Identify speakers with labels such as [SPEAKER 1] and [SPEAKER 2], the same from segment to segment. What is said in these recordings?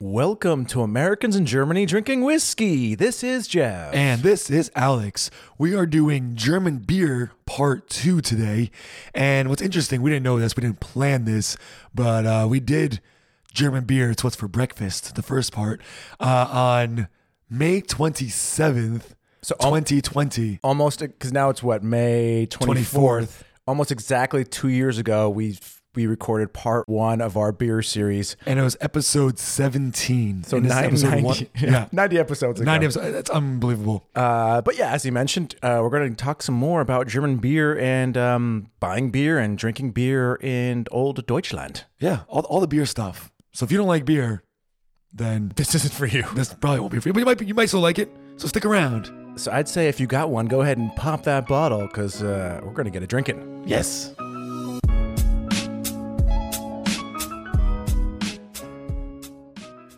[SPEAKER 1] Welcome to Americans in Germany Drinking Whiskey. This is Jeff.
[SPEAKER 2] And this is Alex. We are doing German beer part two today. And what's interesting, we didn't know this, we didn't plan this, but uh, we did German beer. It's what's for breakfast, the first part, uh, on May 27th,
[SPEAKER 1] So um, al-
[SPEAKER 2] 2020.
[SPEAKER 1] almost because now it's what May 24th.
[SPEAKER 2] 24th.
[SPEAKER 1] Almost exactly two years ago, we we recorded part one of our beer series.
[SPEAKER 2] And it was episode 17.
[SPEAKER 1] So
[SPEAKER 2] And this is
[SPEAKER 1] nine-
[SPEAKER 2] episode
[SPEAKER 1] 90,
[SPEAKER 2] one- Yeah.
[SPEAKER 1] ninety episodes ago.
[SPEAKER 2] Nine episodes. That's unbelievable.
[SPEAKER 1] Uh, but yeah, as you mentioned, uh, we're going to talk some more about German beer and um, buying beer and drinking beer in old Deutschland.
[SPEAKER 2] Yeah. All, all the beer stuff. So if you don't like beer, then
[SPEAKER 1] This isn't for you.
[SPEAKER 2] this probably won't be for you. But you might, be, you might still like it. So stick around.
[SPEAKER 1] So I'd say if you got one, go ahead and pop that bottle because uh, we're going to get a drinking.
[SPEAKER 2] Yes.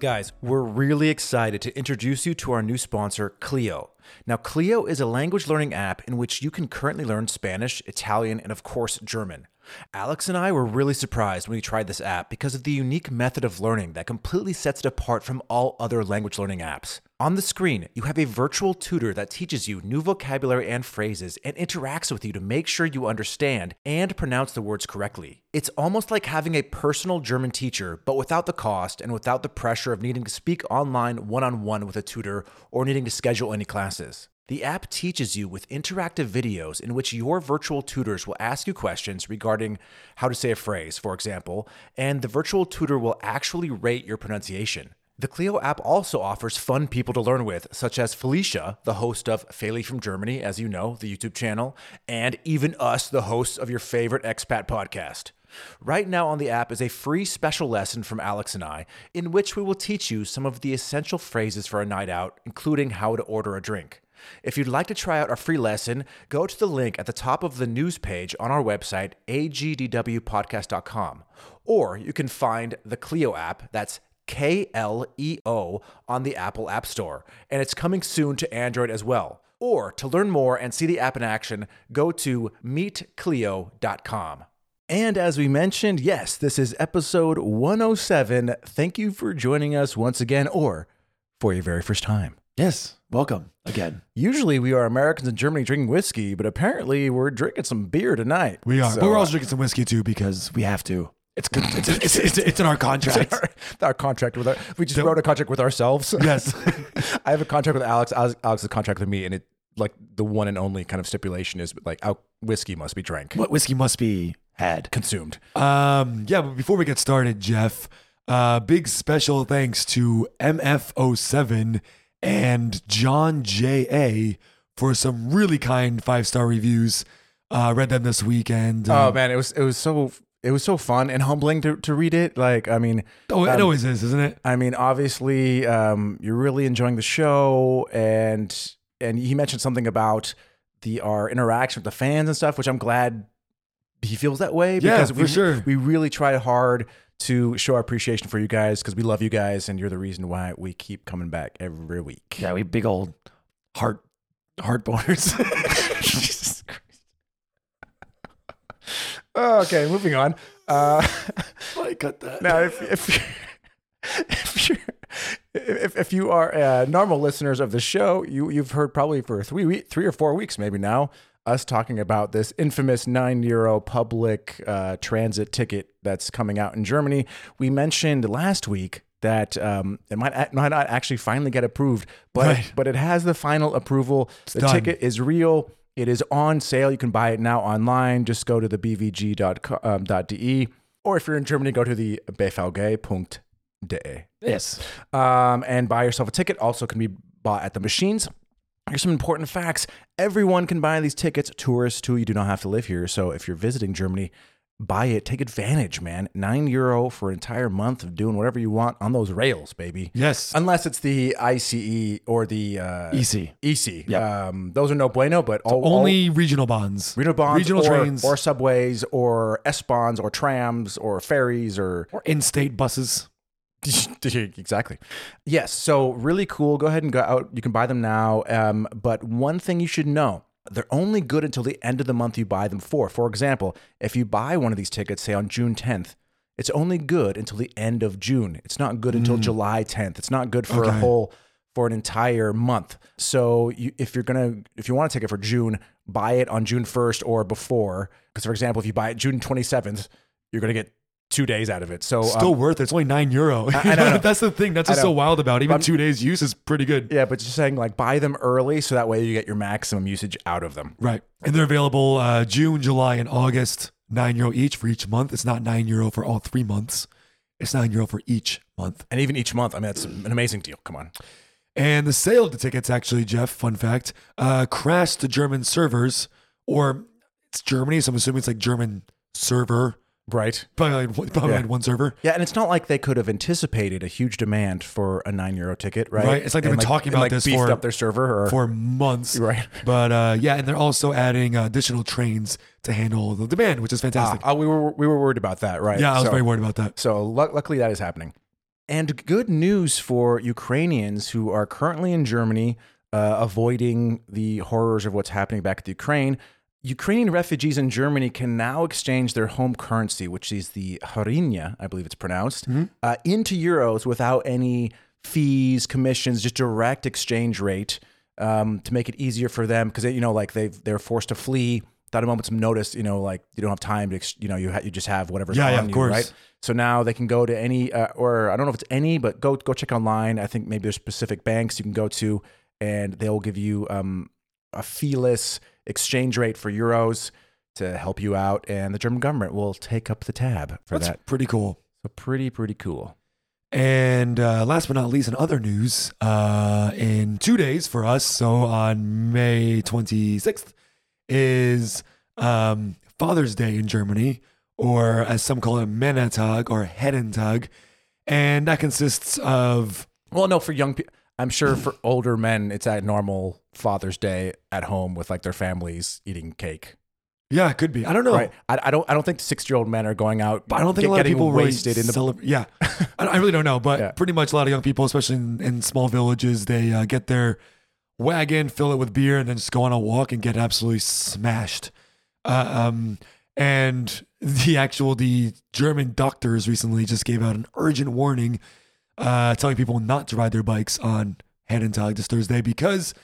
[SPEAKER 1] Guys, we're really excited to introduce you to our new sponsor, Clio. Now, Clio is a language learning app in which you can currently learn Spanish, Italian, and of course, German. Alex and I were really surprised when we tried this app because of the unique method of learning that completely sets it apart from all other language learning apps. On the screen, you have a virtual tutor that teaches you new vocabulary and phrases and interacts with you to make sure you understand and pronounce the words correctly. It's almost like having a personal German teacher, but without the cost and without the pressure of needing to speak online one on one with a tutor or needing to schedule any classes. The app teaches you with interactive videos in which your virtual tutors will ask you questions regarding how to say a phrase, for example, and the virtual tutor will actually rate your pronunciation. The Clio app also offers fun people to learn with, such as Felicia, the host of Feli from Germany, as you know, the YouTube channel, and even us, the hosts of your favorite expat podcast. Right now on the app is a free special lesson from Alex and I, in which we will teach you some of the essential phrases for a night out, including how to order a drink. If you'd like to try out our free lesson, go to the link at the top of the news page on our website, agdwpodcast.com, or you can find the Clio app, that's K L E O, on the Apple App Store, and it's coming soon to Android as well. Or to learn more and see the app in action, go to meetclio.com. And as we mentioned, yes, this is episode 107. Thank you for joining us once again, or for your very first time.
[SPEAKER 2] Yes. Welcome again.
[SPEAKER 1] Usually we are Americans in Germany drinking whiskey, but apparently we're drinking some beer tonight.
[SPEAKER 2] We are,
[SPEAKER 1] So,
[SPEAKER 2] but we're also drinking some whiskey too because we have to. It's it's it's, it's, it's in our contract.
[SPEAKER 1] our, our contract with our we just wrote a contract with ourselves.
[SPEAKER 2] yes.
[SPEAKER 1] I have a contract with Alex. Alex Alex has a contract with me, and it like the one and only kind of stipulation is like al- whiskey must be drank,
[SPEAKER 2] what whiskey must be had.
[SPEAKER 1] consumed.
[SPEAKER 2] Um. Yeah. But before we get started, Jeff, uh, big special thanks to MFO7 and John JA for some really kind five star reviews. Uh, read them this week and
[SPEAKER 1] Oh
[SPEAKER 2] uh,
[SPEAKER 1] man, it was it was so it was so fun and humbling to to read it. Like I mean,
[SPEAKER 2] oh, it
[SPEAKER 1] um,
[SPEAKER 2] always is, isn't it?
[SPEAKER 1] I mean, obviously, um, you're really enjoying the show, and and he mentioned something about the our interaction with the fans and stuff, which I'm glad he feels that way
[SPEAKER 2] Yeah,
[SPEAKER 1] because
[SPEAKER 2] for
[SPEAKER 1] we
[SPEAKER 2] sure.
[SPEAKER 1] we really try hard to show our appreciation for you guys because we love you guys, and you're the reason why we keep coming back every week.
[SPEAKER 2] Yeah, we big old heart heart boners.
[SPEAKER 1] Jesus Christ. Oh, okay, moving on. Uh,
[SPEAKER 2] I cut that.
[SPEAKER 1] Now, if if if, you're, if if you are uh, normal listeners of the show, you you've heard probably for three week, three or four weeks maybe now us talking about this infamous nine euro public uh, transit ticket that's coming out in Germany. We mentioned last week. That um, it might it might not actually finally get approved, but
[SPEAKER 2] Right.
[SPEAKER 1] but it has the final approval. the
[SPEAKER 2] done.
[SPEAKER 1] ticket is real. It is on sale. You can buy it now online. Just go to the um, bvg.de. E. Or if you're in Germany, go to the bvg.de
[SPEAKER 2] Yes.
[SPEAKER 1] um, and buy yourself a ticket. Also, can be bought at the machines. Here's some important facts everyone can buy these tickets, tourists too. You do not have to live here. So if you're visiting Germany, buy it. Take advantage, man. Nine euro for an entire month of doing whatever you want on those rails, baby.
[SPEAKER 2] Yes.
[SPEAKER 1] Unless it's the ICE or the uh,
[SPEAKER 2] EC.
[SPEAKER 1] EC.
[SPEAKER 2] Yep.
[SPEAKER 1] Um, those are no bueno, but all, all
[SPEAKER 2] Only regional bonds.
[SPEAKER 1] regional bonds,
[SPEAKER 2] regional
[SPEAKER 1] or,
[SPEAKER 2] trains,
[SPEAKER 1] or
[SPEAKER 2] or,
[SPEAKER 1] subways, or S-bonds, or trams, or ferries, or
[SPEAKER 2] in-state buses.
[SPEAKER 1] exactly. Yes. So really cool. Go ahead and go out. You can buy them now. Um, but one thing you should know. They're only good until the end of the month you buy them for. For example, if you buy one of these tickets, say on June 10th, It's only good until the end of June. It's not good until July 10th. It's not good for a
[SPEAKER 2] Okay.
[SPEAKER 1] whole for an entire month. So you, if you're gonna if you want to take it for June, buy it on June 1st or before. Because for example, if you buy it June 27th, you're gonna get two days out of it. So um,
[SPEAKER 2] Still worth it. It's only nine euro.
[SPEAKER 1] I know.
[SPEAKER 2] That's the thing. That's
[SPEAKER 1] I
[SPEAKER 2] what's so
[SPEAKER 1] know.
[SPEAKER 2] wild about. it. Even two days use is pretty good.
[SPEAKER 1] yeah, but just saying like buy them early so that way you get your maximum usage out of them.
[SPEAKER 2] Right. And they're available uh, June, July, and August, nine euro each for each month. It's not nine euro for all three months. It's nine euro for each month.
[SPEAKER 1] And even each month, I mean that's an amazing deal. Come on.
[SPEAKER 2] And the sale of the tickets, actually, Jeff, fun fact, uh, crashed the German servers, or it's Germany, so I'm assuming it's like German server.
[SPEAKER 1] Right.
[SPEAKER 2] Probably like one, probably
[SPEAKER 1] Yeah.
[SPEAKER 2] like one server.
[SPEAKER 1] Yeah, and it's not like they could have anticipated a huge demand for a nine euro ticket, right?
[SPEAKER 2] Right, it's like they've
[SPEAKER 1] And,
[SPEAKER 2] been talking
[SPEAKER 1] and,
[SPEAKER 2] about
[SPEAKER 1] like
[SPEAKER 2] this
[SPEAKER 1] beefed
[SPEAKER 2] for-
[SPEAKER 1] up their server or
[SPEAKER 2] for months.
[SPEAKER 1] Right.
[SPEAKER 2] But uh, yeah, and they're also adding uh, additional trains to handle the demand, which is fantastic.
[SPEAKER 1] Ah, we were we were worried about that, right?
[SPEAKER 2] yeah, I was
[SPEAKER 1] so,
[SPEAKER 2] very worried about that.
[SPEAKER 1] So lu- luckily that is happening, and good news for Ukrainians who are currently in Germany, uh, avoiding the horrors of what's happening back at the Ukraine. Ukrainian refugees in Germany can now exchange their home currency, which is the hryvnia, I believe it's pronounced,
[SPEAKER 2] Mm-hmm.
[SPEAKER 1] uh, into euros without any fees, commissions, just direct exchange rate um, to make it easier for them because you know like they've they're forced to flee without a moment's notice. You know like you don't have time to ex- you know you ha- you just have whatever's
[SPEAKER 2] Yeah,
[SPEAKER 1] on
[SPEAKER 2] yeah, of
[SPEAKER 1] you,
[SPEAKER 2] course.
[SPEAKER 1] right? So now they can go to any uh, or I don't know if it's any, but go go check online. I think maybe there's specific banks you can go to, and they'll give you um, a feeless exchange rate for euros to help you out, and the German government will take up the tab for
[SPEAKER 2] That's
[SPEAKER 1] that.
[SPEAKER 2] pretty cool.
[SPEAKER 1] So pretty pretty cool.
[SPEAKER 2] And uh, last but not least, in other news, uh, in two days for us, so on May 26th, is um, Father's Day in Germany, or as some call it, Männertag or Hedentag. And that consists of,
[SPEAKER 1] Well, no, for young people. I'm sure for older men, it's at normal Father's Day at home with like their families eating cake.
[SPEAKER 2] yeah, it could be. I don't know.
[SPEAKER 1] Right. I, I don't. I don't think sixty year old men are going out.
[SPEAKER 2] Oh. But I don't think
[SPEAKER 1] get-
[SPEAKER 2] a lot of
[SPEAKER 1] getting
[SPEAKER 2] people
[SPEAKER 1] wasted
[SPEAKER 2] really
[SPEAKER 1] in the
[SPEAKER 2] celebrate. Yeah, I, I really don't know, but
[SPEAKER 1] Yeah.
[SPEAKER 2] pretty much a lot of young people, especially in, in small villages, they uh, get their wagon, fill it with beer, and then just go on a walk and get absolutely smashed. Uh, um, and the actual the German doctors recently just gave out an urgent warning, uh, telling people not to ride their bikes on Hedentag this Thursday because.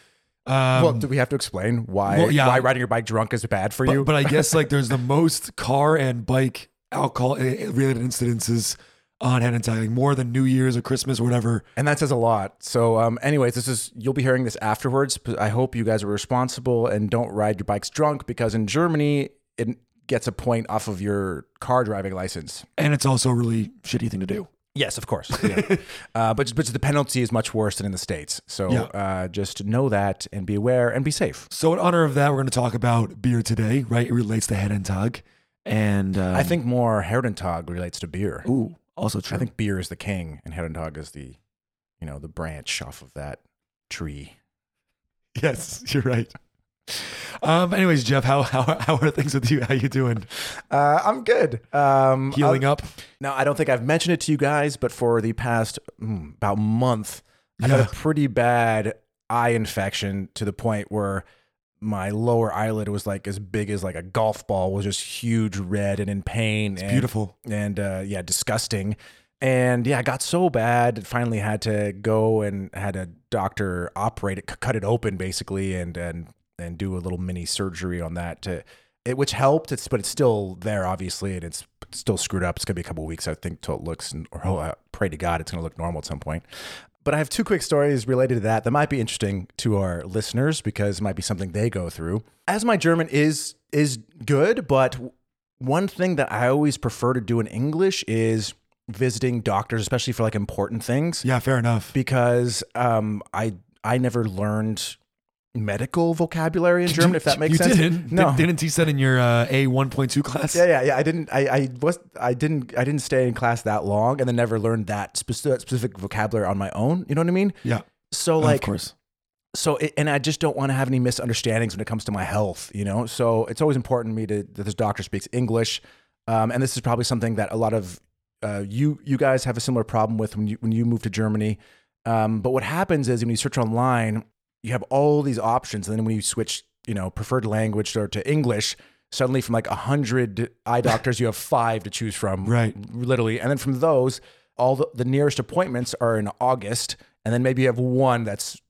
[SPEAKER 2] Um,
[SPEAKER 1] well, do we have to explain why
[SPEAKER 2] Well, yeah.
[SPEAKER 1] why riding your bike drunk is bad for
[SPEAKER 2] but,
[SPEAKER 1] you?
[SPEAKER 2] but I guess like there's the most car and bike alcohol eh, related incidences on hand and like more than New Year's or Christmas or whatever.
[SPEAKER 1] and that says a lot. So, um, anyways, this is you'll be hearing this afterwards. But I hope you guys are responsible and don't ride your bikes drunk because in Germany it gets a point off of your car driving license.
[SPEAKER 2] And it's also a really shitty thing to do.
[SPEAKER 1] Yes, of course. Yeah. uh, but but the penalty is much worse than in the states. So
[SPEAKER 2] Yeah.
[SPEAKER 1] uh, just know that and be aware and be safe.
[SPEAKER 2] So in honor of that, we're going to talk about beer today, right? It relates to head and tug. And um,
[SPEAKER 1] I think more Herentag relates to beer.
[SPEAKER 2] ooh, also true.
[SPEAKER 1] I think beer is the king and Herentag is the you know the branch off of that tree.
[SPEAKER 2] yes, you're right. Um, anyways, Jeff, how, how, how are things with you? How you doing?
[SPEAKER 1] Uh, I'm good. Um,
[SPEAKER 2] Healing up?
[SPEAKER 1] Now, I don't think I've mentioned it to you guys, but for the past mm, about month, I had
[SPEAKER 2] Yeah.
[SPEAKER 1] a pretty bad eye infection to the point where my lower eyelid was like as big as like a golf ball, was just huge, red, and in pain. and,
[SPEAKER 2] Beautiful.
[SPEAKER 1] And uh, yeah, disgusting. And yeah, it got so bad. it Finally, had to go and had a doctor operate it, c- cut it open basically, and and and do a little mini surgery on that to it, which helped. It's but it's still there, obviously, and it's still screwed up. It's gonna be a couple weeks, I think, till it looks. Or oh, I pray to God, it's gonna look normal at some point. But I have two quick stories related to that that might be interesting to our listeners because it might be something they go through. As my German is is good, but one thing that I always prefer to do in English is visiting doctors, especially for like important things,
[SPEAKER 2] Yeah, fair enough.
[SPEAKER 1] because um, I I never learned medical vocabulary in German. If that makes
[SPEAKER 2] you
[SPEAKER 1] sense,
[SPEAKER 2] didn't.
[SPEAKER 1] no.
[SPEAKER 2] Didn't teach that in your uh, A1.2 class?
[SPEAKER 1] yeah, yeah, yeah. I didn't. I, I was. I didn't. I didn't stay in class that long, and then never learned that specific, specific vocabulary on my own. You know what I mean?
[SPEAKER 2] Yeah,
[SPEAKER 1] So
[SPEAKER 2] of
[SPEAKER 1] like,
[SPEAKER 2] course.
[SPEAKER 1] so it, and I just don't want to have any misunderstandings when it comes to my health, you know. So it's always important to me to, that this doctor speaks English, um, and this is probably something that a lot of uh, you you guys have a similar problem with when you when you move to Germany. Um, but what happens is when you search online, you have all these options, and then when you switch, you know, preferred language or to English, Suddenly, from like 100 eye doctors, you have five to choose from.
[SPEAKER 2] Right.
[SPEAKER 1] Literally. And then from those, all the, the nearest appointments are in August. And then maybe you have one that's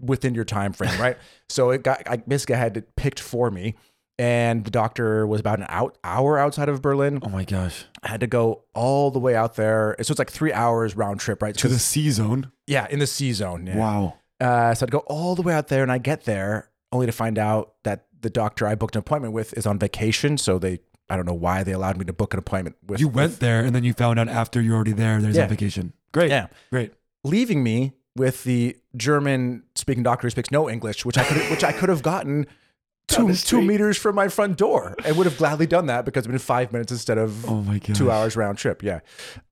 [SPEAKER 1] within your time frame, right? so it got, I basically had it picked for me. And the doctor was about an out, hour outside of Berlin.
[SPEAKER 2] Oh my gosh.
[SPEAKER 1] I had to go all the way out there. So it's like three hours round trip, right?
[SPEAKER 2] To the C zone.
[SPEAKER 1] yeah, in the C zone. Yeah.
[SPEAKER 2] Wow.
[SPEAKER 1] Uh, so I'd go all the way out there, and I get there only to find out that the doctor I booked an appointment with is on vacation. So they, I don't know why they allowed me to book an appointment with.
[SPEAKER 2] You went there and then you found out after you're already there there's
[SPEAKER 1] Yeah.
[SPEAKER 2] a vacation. Great.
[SPEAKER 1] Yeah.
[SPEAKER 2] Great.
[SPEAKER 1] leaving me with the German-speaking doctor who speaks no English, which I could, which I could have gotten.
[SPEAKER 2] Down
[SPEAKER 1] Two,
[SPEAKER 2] the
[SPEAKER 1] two
[SPEAKER 2] street.
[SPEAKER 1] meters from my front door. I would have gladly done that because it'd been five minutes instead of
[SPEAKER 2] Oh my gosh.
[SPEAKER 1] two hours round trip. Yeah.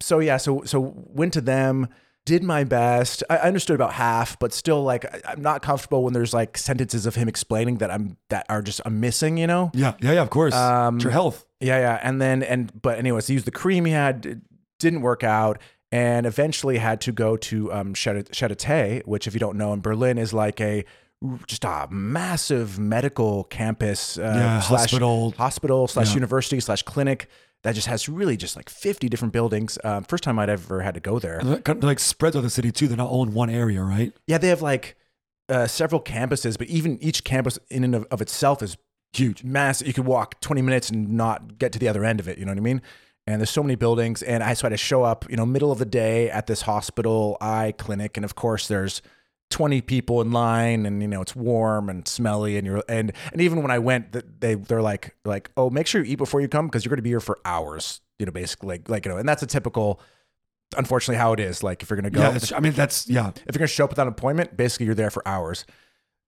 [SPEAKER 1] So yeah. So so went to them. Did my best. I I understood about half, but still, like, I- I'm not comfortable when there's like sentences of him explaining that I'm that are just I'm missing, you know?
[SPEAKER 2] Yeah. Yeah. Yeah. Of course.
[SPEAKER 1] Um,
[SPEAKER 2] it's your health.
[SPEAKER 1] Yeah, yeah. And then and but anyways, he used the cream he had. It didn't work out, and eventually had to go to um Charité- Charité, which if you don't know in Berlin is like a just a massive medical campus uh,
[SPEAKER 2] Yeah.
[SPEAKER 1] slash
[SPEAKER 2] hospital.
[SPEAKER 1] hospital slash
[SPEAKER 2] Yeah.
[SPEAKER 1] university slash clinic that just has really just like 50 different buildings. Um, first time I'd ever had to go there.
[SPEAKER 2] And they're kind of like spread throughout the city too. They're not all in one area, right?
[SPEAKER 1] Yeah, they have like uh, several campuses, but even each campus in and of, of itself is
[SPEAKER 2] Huge.
[SPEAKER 1] massive. You could walk 20 minutes and not get to the other end of it. You know what I mean? And there's so many buildings. And I so I had to show up, you know, middle of the day at this hospital eye clinic. And of course, there's 20 people in line and you know it's warm and smelly and you're and and even when I went th- they they're like like oh make sure you eat before you come because you're going to be here for hours you know basically like like you know and that's a typical unfortunately how it is like oh. if you're going to go
[SPEAKER 2] Yeah. It's, I mean, that's, yeah.
[SPEAKER 1] if you're gonna show up without an appointment, basically you're there for hours.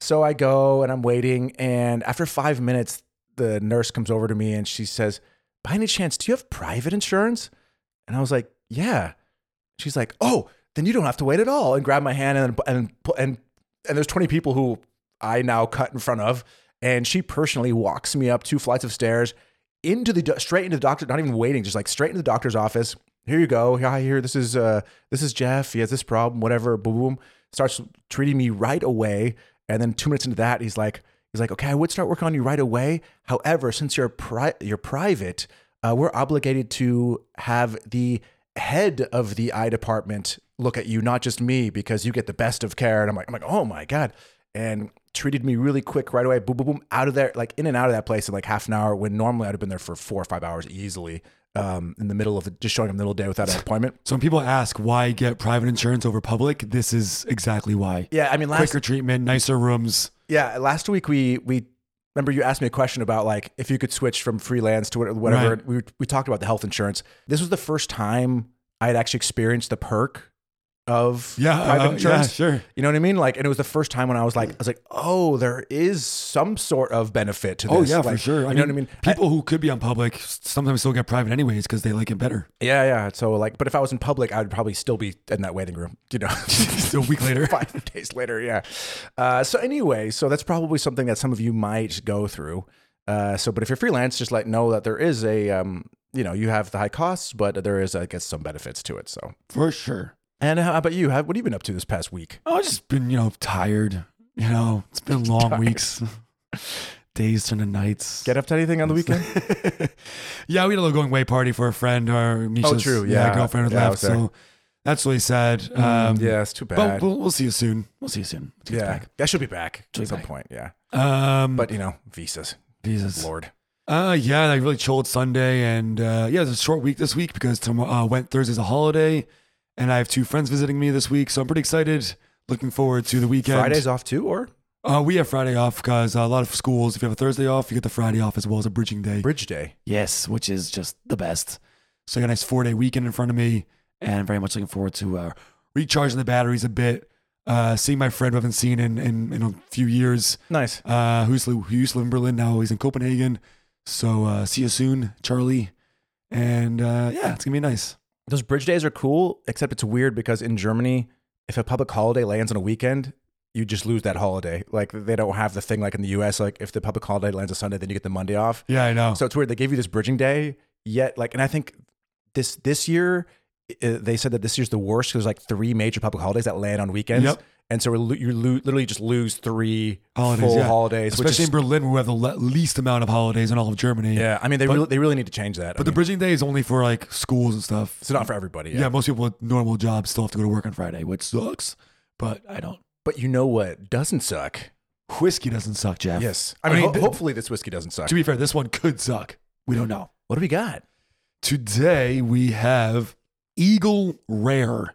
[SPEAKER 1] So I go and I'm waiting, and after five minutes, the nurse comes over to me and she says, "By any chance, do you have private insurance?" And I was like, "Yeah." She's like, "Oh, then you don't have to wait at all." And grabbed my hand and and and and there's 20 people who I now cut in front of, and she personally walks me up two flights of stairs into the do- straight into the doctor, not even waiting, just like straight into the doctor's office. Here you go. Hi, here. This is uh, this is Jeff. He has this problem. Whatever. Boom, boom. Starts treating me right away, and then two minutes into that, he's like, he's like, okay, I would start working on you right away. However, since you're pri- you're private, uh, we're obligated to have the head of the eye department look at you, not just me, because you get the best of care. And I'm like, I'm like, oh my god, and treated me really quick right away. Boom, boom, boom, out of there, like in and out of that place in like half an hour. When normally I'd have been there for four or five hours easily. Um, in the middle of the, just showing up in the middle of the day without an appointment.
[SPEAKER 2] So when people ask why get private insurance over public, this is exactly why.
[SPEAKER 1] Yeah, I mean, last
[SPEAKER 2] Quicker treatment, nicer rooms.
[SPEAKER 1] Yeah, last week we we remember you asked me a question about like if you could switch from freelance to what- whatever.
[SPEAKER 2] Right.
[SPEAKER 1] We we talked about the health insurance. This was the first time I had actually experienced the perk of
[SPEAKER 2] Yeah.
[SPEAKER 1] private
[SPEAKER 2] uh,
[SPEAKER 1] insurance.
[SPEAKER 2] Yeah, sure.
[SPEAKER 1] You know what I mean? Like, and it was the first time when I was like, I was like, oh, there is some sort of benefit to this.
[SPEAKER 2] Oh yeah, for
[SPEAKER 1] Like,
[SPEAKER 2] sure.
[SPEAKER 1] you know what I mean? I-
[SPEAKER 2] People who could be on public s- sometimes still get private anyways because they like it better.
[SPEAKER 1] yeah, yeah. So like, but if I was in public, I would probably still be in that waiting room. You know,
[SPEAKER 2] A week later,
[SPEAKER 1] five days later. Yeah. Uh, so anyway, so that's probably something that some of you might go through. Uh, so, but if you're freelance, just like know that there is a, um, you know, you have the high costs, but there is, I guess, some benefits to it. So,
[SPEAKER 2] for sure.
[SPEAKER 1] and how about you? How, what have you been up to this past week?
[SPEAKER 2] Oh, I've just been you know tired. You know, it's been long weeks, days turn to nights.
[SPEAKER 1] Get up to anything on the weekend?
[SPEAKER 2] yeah, we had a little going away party for a friend or Misha's
[SPEAKER 1] Oh, true, yeah.
[SPEAKER 2] girlfriend had
[SPEAKER 1] Yeah, I
[SPEAKER 2] left.
[SPEAKER 1] was there. Mm-hmm.
[SPEAKER 2] So that's really sad. Um,
[SPEAKER 1] yeah, it's too
[SPEAKER 2] but
[SPEAKER 1] bad.
[SPEAKER 2] we'll, we'll see you soon. We'll see you soon. Let's get
[SPEAKER 1] yeah,
[SPEAKER 2] back.
[SPEAKER 1] I should be back
[SPEAKER 2] She's
[SPEAKER 1] at some
[SPEAKER 2] back.
[SPEAKER 1] point. Yeah,
[SPEAKER 2] Um,
[SPEAKER 1] but you know, visas,
[SPEAKER 2] Jesus.
[SPEAKER 1] Lord.
[SPEAKER 2] Uh, yeah, like really chilled Sunday, and uh, yeah, it's a short week this week because tomorrow uh, went Thursday's a holiday, and I have two friends visiting me this week, so I'm pretty excited. Looking forward to the weekend.
[SPEAKER 1] Fridays off too, or
[SPEAKER 2] uh, we have Friday off because uh, a lot of schools, if you have a Thursday off, you get the Friday off as well as a bridging day.
[SPEAKER 1] Bridge Day.
[SPEAKER 2] yes, which is just the best. So I got a nice four day weekend in front of me, and I'm very much looking forward to uh, recharging the batteries a bit, uh, seeing my friend who I haven't seen in in, in a few years
[SPEAKER 1] Nice.
[SPEAKER 2] uh, who used, to live, who used to live in Berlin. Now he's in Copenhagen. So uh, see you soon, Charlie. And uh, yeah, it's gonna be nice.
[SPEAKER 1] Those bridge days are cool, except it's weird because in Germany, if a public holiday lands on a weekend, you just lose that holiday. Like they don't have the thing like in the US, like if the public holiday lands a Sunday, then you get the Monday off.
[SPEAKER 2] Yeah, I know.
[SPEAKER 1] So it's weird. They gave you this bridging day, yet like, and I think this this year uh, they said that this year's the worst. There's like three major public holidays that land on weekends,
[SPEAKER 2] Yep.
[SPEAKER 1] and so we're, lo- you lo- literally just lose three
[SPEAKER 2] Holidays,
[SPEAKER 1] full
[SPEAKER 2] yeah.
[SPEAKER 1] holidays,
[SPEAKER 2] especially
[SPEAKER 1] which
[SPEAKER 2] in
[SPEAKER 1] is,
[SPEAKER 2] Berlin, where we have the le- least amount of holidays in all of Germany.
[SPEAKER 1] yeah. I mean, they really, they really need to change that. I
[SPEAKER 2] But the
[SPEAKER 1] mean,
[SPEAKER 2] bridging day is only for like schools and stuff.
[SPEAKER 1] it's not for everybody.
[SPEAKER 2] yeah, most people with normal jobs still have to go to work on Friday, which sucks. But I don't.
[SPEAKER 1] But you know what doesn't suck?
[SPEAKER 2] Whiskey doesn't suck, Jeff.
[SPEAKER 1] Yes. I mean,
[SPEAKER 2] mean,
[SPEAKER 1] ho-
[SPEAKER 2] th-
[SPEAKER 1] hopefully this whiskey doesn't suck.
[SPEAKER 2] To be fair, this one could suck. We don't know.
[SPEAKER 1] What do we got?
[SPEAKER 2] Today we have Eagle Rare,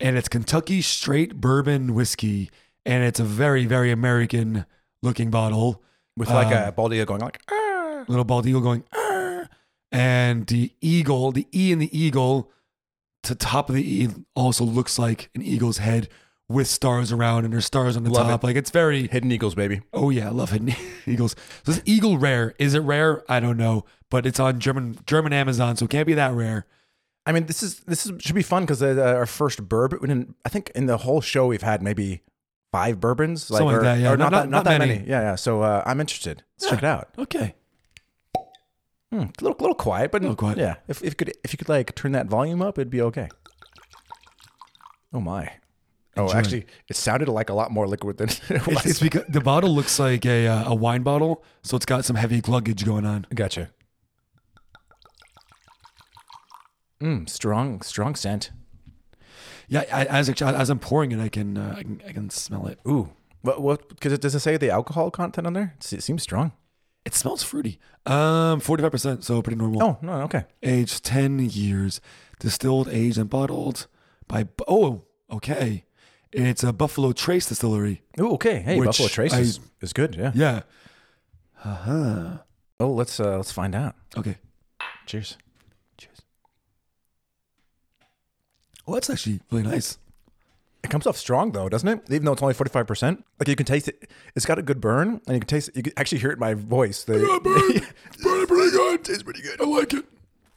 [SPEAKER 2] and it's Kentucky straight bourbon whiskey, and it's a very, very American looking bottle.
[SPEAKER 1] With like
[SPEAKER 2] Um,
[SPEAKER 1] a bald eagle going like, "Ah."
[SPEAKER 2] Little bald eagle going, "Arr." and the eagle, the E in the eagle, to top of the E also looks like an eagle's head with stars around, and there's stars on the
[SPEAKER 1] Love
[SPEAKER 2] top. Like it's very
[SPEAKER 1] hidden eagles, baby.
[SPEAKER 2] Oh yeah, I love hidden eagles. So this eagle rare is it rare? I don't know, but it's on German German Amazon, so it can't be that rare.
[SPEAKER 1] I mean, this is this is, should be fun because uh, our first bourbon. we didn't- I think in the whole show we've had maybe five bourbons,
[SPEAKER 2] Something like
[SPEAKER 1] or,
[SPEAKER 2] that, yeah.
[SPEAKER 1] or not,
[SPEAKER 2] Not-
[SPEAKER 1] that, not
[SPEAKER 2] not-
[SPEAKER 1] that
[SPEAKER 2] not
[SPEAKER 1] many.
[SPEAKER 2] many.
[SPEAKER 1] Yeah, yeah. So uh, I'm interested. Let's check it out.
[SPEAKER 2] Okay,
[SPEAKER 1] Hmm, a little, little quiet, but
[SPEAKER 2] Little quiet.
[SPEAKER 1] yeah. If, if you could if you could like turn that volume up, it'd be okay. Oh my! Oh, actually, it sounded like a lot more liquid than it was.
[SPEAKER 2] it's, it's because the bottle looks like a uh, a wine bottle, so it's got some heavy luggage going on.
[SPEAKER 1] Gotcha. Mm, strong, strong scent.
[SPEAKER 2] Yeah, I, as I- as I'm pouring it, I can uh, I can I can smell it.
[SPEAKER 1] Ooh, what? What? Because it does it say the alcohol content on there? It's- It seems strong.
[SPEAKER 2] It smells fruity. Um, forty five percent, so pretty normal.
[SPEAKER 1] Oh no, okay.
[SPEAKER 2] Aged ten years, distilled, aged, and bottled by Bu- oh okay, it's a Buffalo Trace distillery.
[SPEAKER 1] Ooh, okay. Hey,
[SPEAKER 2] Which
[SPEAKER 1] Buffalo Trace
[SPEAKER 2] I-
[SPEAKER 1] is, is good. Yeah.
[SPEAKER 2] Yeah. Uh huh.
[SPEAKER 1] Oh, let's uh, let's find out.
[SPEAKER 2] Okay.
[SPEAKER 1] Cheers.
[SPEAKER 2] Cheers. Oh, that's actually really nice.
[SPEAKER 1] It comes off strong though, doesn't it? Even though it's only forty five percent, like you can taste it. It's got a good burn, and you can taste. You can actually hear it in my voice. The-
[SPEAKER 2] pretty, pretty good. Tastes pretty good. I like it.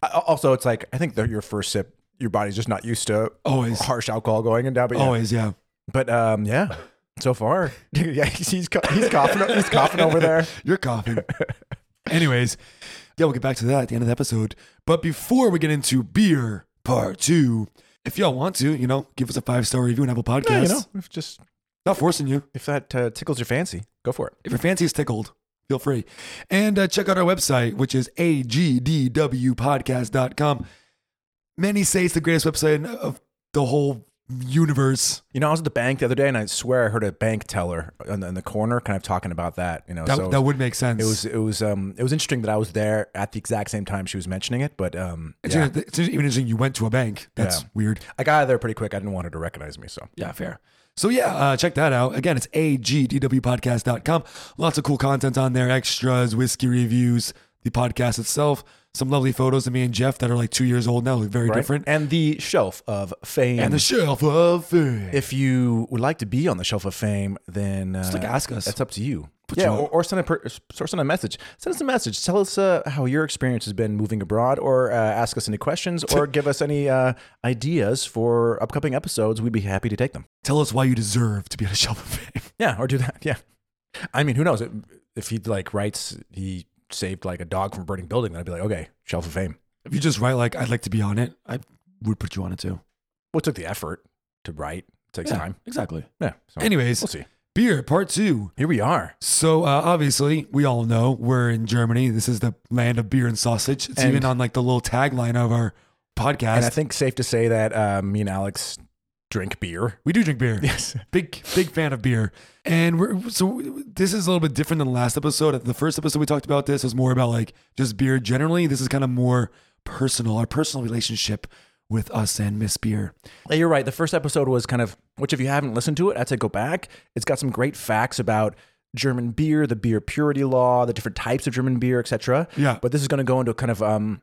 [SPEAKER 1] Al- also, it's like I think that your first sip, your body's just not used to
[SPEAKER 2] Always.
[SPEAKER 1] harsh alcohol going in down. But yeah,
[SPEAKER 2] Always, yeah.
[SPEAKER 1] but um, yeah. So far, yeah, he's he's, cou- he's coughing. He's coughing over there.
[SPEAKER 2] You're coughing. Anyways, yeah, we'll get back to that at the end of the episode. But before we get into beer part two, if y'all want to, you know, give us a five star review on Apple Podcasts.
[SPEAKER 1] Yeah, you know, if just
[SPEAKER 2] Not forcing you.
[SPEAKER 1] if that uh, tickles your fancy, go for it.
[SPEAKER 2] If your fancy is tickled, feel free. And uh, check out our website, which is agdwpodcast.com. Many say it's the greatest website of the whole universe.
[SPEAKER 1] You know, I was at the bank the other day, and I swear I heard a bank teller in the, in the corner, kind of talking about that. You know,
[SPEAKER 2] That,
[SPEAKER 1] so
[SPEAKER 2] that would make sense.
[SPEAKER 1] it was it was um it was interesting that I was there at the exact same time she was mentioning it, but um
[SPEAKER 2] it's,
[SPEAKER 1] yeah,
[SPEAKER 2] even, it's even interesting you went to a bank. That's
[SPEAKER 1] Yeah.
[SPEAKER 2] weird.
[SPEAKER 1] I got out of there pretty quick. I didn't want her to recognize me, so
[SPEAKER 2] Yeah, fair. So yeah, uh, check that out. Again, it's agdwpodcast.com. Lots of cool content on there, extras, whiskey reviews, the podcast itself, some lovely photos of me and Jeff that are like two years old now, look very
[SPEAKER 1] Right?
[SPEAKER 2] different.
[SPEAKER 1] And the shelf of fame.
[SPEAKER 2] And the shelf of fame.
[SPEAKER 1] if you would like to be on the shelf of fame, then uh,
[SPEAKER 2] like ask us.
[SPEAKER 1] That's up to you.
[SPEAKER 2] you
[SPEAKER 1] yeah,
[SPEAKER 2] on-
[SPEAKER 1] or, or send a per, or send a message. Send us a message. Tell us uh, how your experience has been moving abroad, or uh, ask us any questions, or give us any uh, ideas for upcoming episodes. We'd be happy to take them.
[SPEAKER 2] Tell us why you deserve to be on a shelf of fame.
[SPEAKER 1] Yeah, or do that. Yeah. I mean, who knows? If- If he like writes, he saved like a dog from a burning building, then I'd be like, okay, shelf of fame.
[SPEAKER 2] If you just write like I'd like to be on it, I would put you on it too.
[SPEAKER 1] Well, it took the effort to write. It takes time.
[SPEAKER 2] exactly.
[SPEAKER 1] Yeah. So
[SPEAKER 2] Anyways,
[SPEAKER 1] we'll see.
[SPEAKER 2] beer part two.
[SPEAKER 1] Here we are.
[SPEAKER 2] So uh, obviously, we all know we're in Germany. This is the land of beer and sausage. It's
[SPEAKER 1] And-
[SPEAKER 2] even on like the little tagline of our podcast.
[SPEAKER 1] And I think safe to say that um, me and Alex drink beer.
[SPEAKER 2] we do drink beer.
[SPEAKER 1] Yes.
[SPEAKER 2] Big big fan of beer. And we're so this is a little bit different than the last episode. The first episode we talked about this was more about like just beer generally. This is kind of more personal, our personal relationship with us and Miss Beer.
[SPEAKER 1] Yeah, You're right. The first episode was kind of, which if you haven't listened to it, I'd say go back. It's got some great facts about German beer, the beer purity law, the different types of German beer, etc.
[SPEAKER 2] Yeah.
[SPEAKER 1] But this is going to go into kind of, um,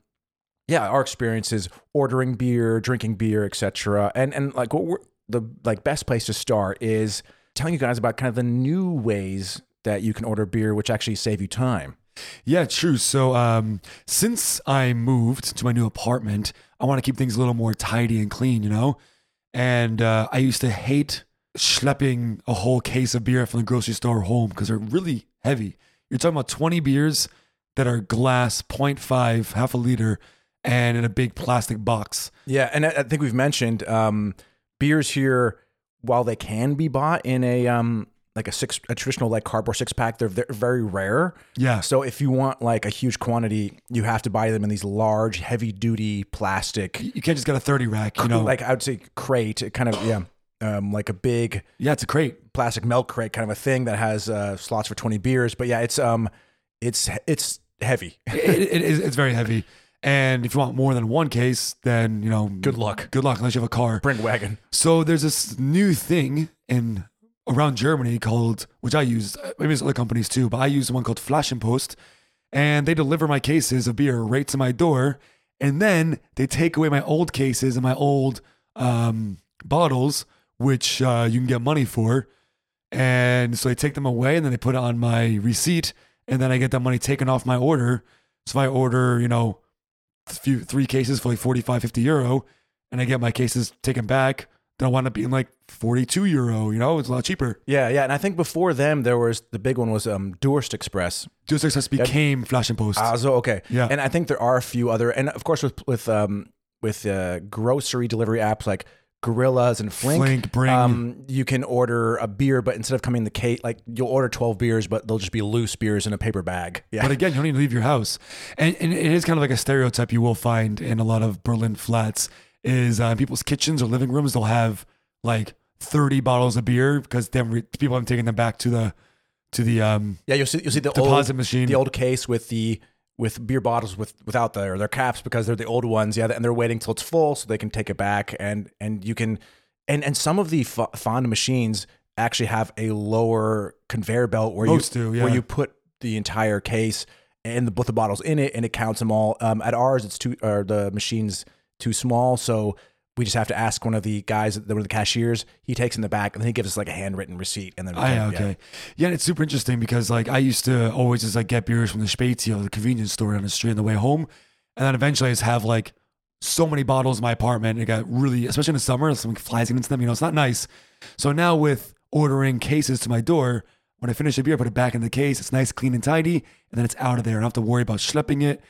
[SPEAKER 1] yeah, our experiences ordering beer, drinking beer, etc. And and like what we're, the like best place to start is telling you guys about kind of the new ways that you can order beer, which actually save you time.
[SPEAKER 2] Yeah, true. So, um, since I moved to my new apartment, I want to keep things a little more tidy and clean, you know? And uh, I used to hate schlepping a whole case of beer from the grocery store home because they're really heavy. You're talking about 20 beers that are glass, 0.5, half a liter, and in a big plastic box.
[SPEAKER 1] Yeah, and I, I think we've mentioned um, beers here while they can be bought in a um like a six a traditional like cardboard six pack, they're, they're very rare.
[SPEAKER 2] Yeah.
[SPEAKER 1] So if you want like a huge quantity, you have to buy them in these large, heavy duty plastic,
[SPEAKER 2] You can't just get a 30 rack, you know.
[SPEAKER 1] like I would say crate, it kind of yeah, um, like a big
[SPEAKER 2] yeah, it's a crate.
[SPEAKER 1] plastic milk crate kind of a thing that has uh, slots for twenty beers. But yeah, it's um, it's it's heavy.
[SPEAKER 2] it, it is, it's very heavy. And if you want more than one case, then, you know, good
[SPEAKER 1] luck.
[SPEAKER 2] Good luck unless you have a car.
[SPEAKER 1] Bring wagon.
[SPEAKER 2] So there's this new thing in around Germany called, which I use, uh, maybe it's other companies too, but I use one called Flaschenpost. And they deliver my cases of beer right to my door. And then they take away my old cases and my old um, bottles, which uh, you can get money for. And so they take them away and then they put it on my receipt. And then I get that money taken off my order. So if I order, you know, th- few, three cases for like 45, 50 euro, and I get my cases taken back, then I wind up being like 42 euro, you know, it's a lot cheaper.
[SPEAKER 1] Yeah, yeah. And I think before them, there was the big one was um, Durst Express.
[SPEAKER 2] Just Success became Flash and Post.
[SPEAKER 1] Ah, so okay.
[SPEAKER 2] Yeah.
[SPEAKER 1] And I think there are a few other, and of course with with um with uh, grocery delivery apps like Gorillas and Flink,
[SPEAKER 2] Flink, Bring.
[SPEAKER 1] um, you can order a beer, but instead of coming in the case, like you'll order twelve beers, but they'll just be loose beers in a paper bag. Yeah.
[SPEAKER 2] But again, you don't need to leave your house. And, and it is kind of like a stereotype you will find in a lot of Berlin flats is uh, people's kitchens or living rooms, they'll have like 30 bottles of beer because they haven't re- people haven't taken them back to the, to the, um,
[SPEAKER 1] yeah, you'll see you'll see the
[SPEAKER 2] Deposit
[SPEAKER 1] old,
[SPEAKER 2] machine.
[SPEAKER 1] the old case with the with beer bottles with without their their caps because they're the old ones. Yeah, and they're waiting till it's full so they can take it back and and you can and and some of the f- fond machines actually have a lower conveyor belt where
[SPEAKER 2] Most
[SPEAKER 1] you
[SPEAKER 2] do, yeah.
[SPEAKER 1] where you put the entire case and the both the bottles in it and it counts them all. Um, at ours, it's too or the machine's too small, so. We just have to ask one of the guys, one of the cashiers. He takes in the back, and then he gives us like a handwritten receipt, and then we
[SPEAKER 2] Ah,
[SPEAKER 1] can-
[SPEAKER 2] yeah,
[SPEAKER 1] yeah.
[SPEAKER 2] okay. Yeah. and it's super interesting because like I used to always just like get beers from the Spezia, the convenience store on the street on the way home, and then eventually I just have like so many bottles in my apartment. It got really, especially in the summer, something flies into them. You know, it's not nice. So now with ordering cases to my door, when I finish a beer, I put it back in the case. It's nice, clean, and tidy, and then it's out of there. I don't have to worry about schlepping it.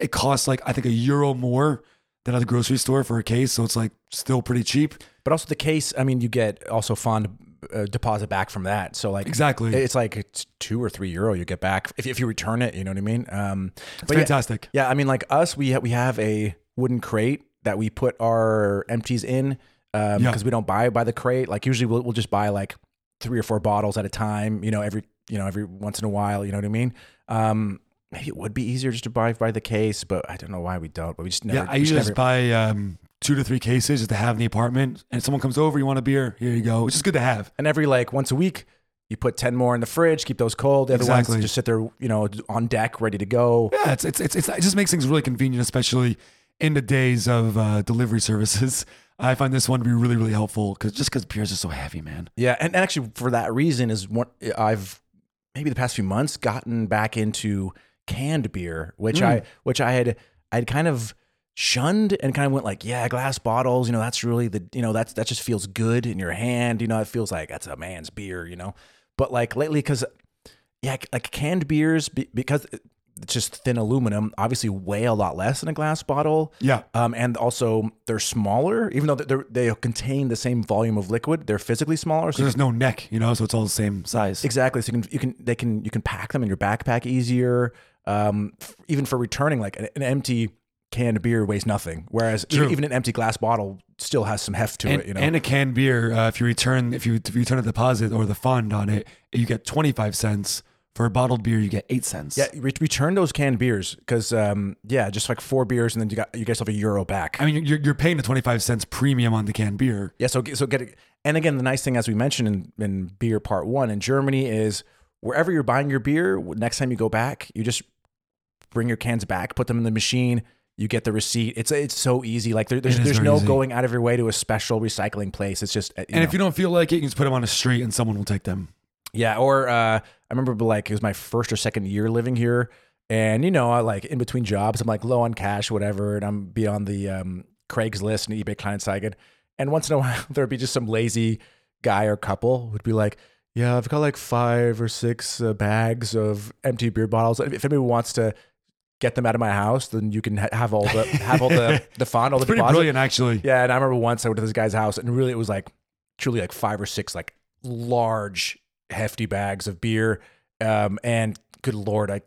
[SPEAKER 2] It costs like I think a euro more than at the grocery store for a case, so it's like still pretty cheap.
[SPEAKER 1] But also the case, I mean, you get also fond uh, deposit back from that. So like
[SPEAKER 2] Exactly.
[SPEAKER 1] it's like it's two or three euro you get back if, if you return it. You know what I mean? Um,
[SPEAKER 2] It's
[SPEAKER 1] but yeah,
[SPEAKER 2] fantastic.
[SPEAKER 1] yeah, I mean, like us, we ha- we have a wooden crate that we put our empties in because
[SPEAKER 2] Yeah.
[SPEAKER 1] we don't buy by the crate. Like usually we'll, we'll just buy like three or four bottles at a time. You know, every you know every once in a while. You know what I mean? Um, maybe it would be easier just to buy by the case, but I don't know why we don't. But we just never.
[SPEAKER 2] Yeah, I
[SPEAKER 1] we just
[SPEAKER 2] usually
[SPEAKER 1] never-
[SPEAKER 2] just buy um, two to three cases just to have in the apartment. And if someone comes over, you want a beer? Here you go. Which is good to have.
[SPEAKER 1] And every like once a week, you put ten more in the fridge, keep those cold. The other
[SPEAKER 2] Exactly.
[SPEAKER 1] ones just sit there, you know, on deck, ready to go.
[SPEAKER 2] Yeah, it's, it's, it's, it's, it just makes things really convenient, especially in the days of uh, delivery services. I find this one to be really, really helpful because just because beers are so heavy, man.
[SPEAKER 1] Yeah, and actually for that reason is one I've maybe the past few months gotten back into canned beer, which I which I had I'd kind of shunned and kind of went like, yeah, glass bottles, you know, that's really the you know, that's that just feels good in your hand, you know, it feels like that's a man's beer, you know. But like lately cuz yeah, like canned beers be- because it's just thin aluminum, obviously weigh a lot less than a glass bottle.
[SPEAKER 2] Yeah.
[SPEAKER 1] Um, and also they're smaller, even though they're, they contain the same volume of liquid, they're physically smaller. So
[SPEAKER 2] There's no neck, you know, so it's all the same size.
[SPEAKER 1] exactly. So you can, you can, they can, you can pack them in your backpack easier. Um, f- even for returning, like an, an empty can of beer weighs nothing. Whereas e-
[SPEAKER 2] True.
[SPEAKER 1] even an empty glass bottle still has some heft to
[SPEAKER 2] And,
[SPEAKER 1] it, you know?
[SPEAKER 2] and a canned beer, uh, if you return if you, if you return a deposit or the fund on it, you get 25 cents. For a bottled beer, you get 8 cents.
[SPEAKER 1] yeah, re- return those canned beers because um, yeah, just like four beers and then you got you guys have a euro back.
[SPEAKER 2] I mean, you're, you're paying the 25 cents premium on the canned beer.
[SPEAKER 1] Yeah, so so get it. And again, the nice thing, as we mentioned in, in beer part one in Germany, is wherever you're buying your beer, next time you go back, you just bring your cans back, put them in the machine, you get the receipt. It's it's so easy. Like there, there's
[SPEAKER 2] It is
[SPEAKER 1] there's
[SPEAKER 2] very
[SPEAKER 1] no
[SPEAKER 2] easy.
[SPEAKER 1] going out of your way to a special recycling place. It's just uh, you
[SPEAKER 2] And
[SPEAKER 1] know.
[SPEAKER 2] if you don't feel like it, you can just put them on a street and someone will take them.
[SPEAKER 1] Yeah, or uh, I remember like it was my first or second year living here, and you know I like in between jobs I'm like low on cash, whatever, and I'm be on the um, Craigslist and eBay Kleinanzeigen, and once in a while there'd be just some lazy guy or couple who'd be like, "Yeah, I've got like five or six uh, bags of empty beer bottles. If anybody wants to get them out of my house, then you can ha- have all the have all the the fond, all the
[SPEAKER 2] Pretty
[SPEAKER 1] deposit."
[SPEAKER 2] brilliant, actually.
[SPEAKER 1] Yeah, and I remember once I went to this guy's house, and really it was like truly like five or six like large hefty bags of beer. Um, and good lord, I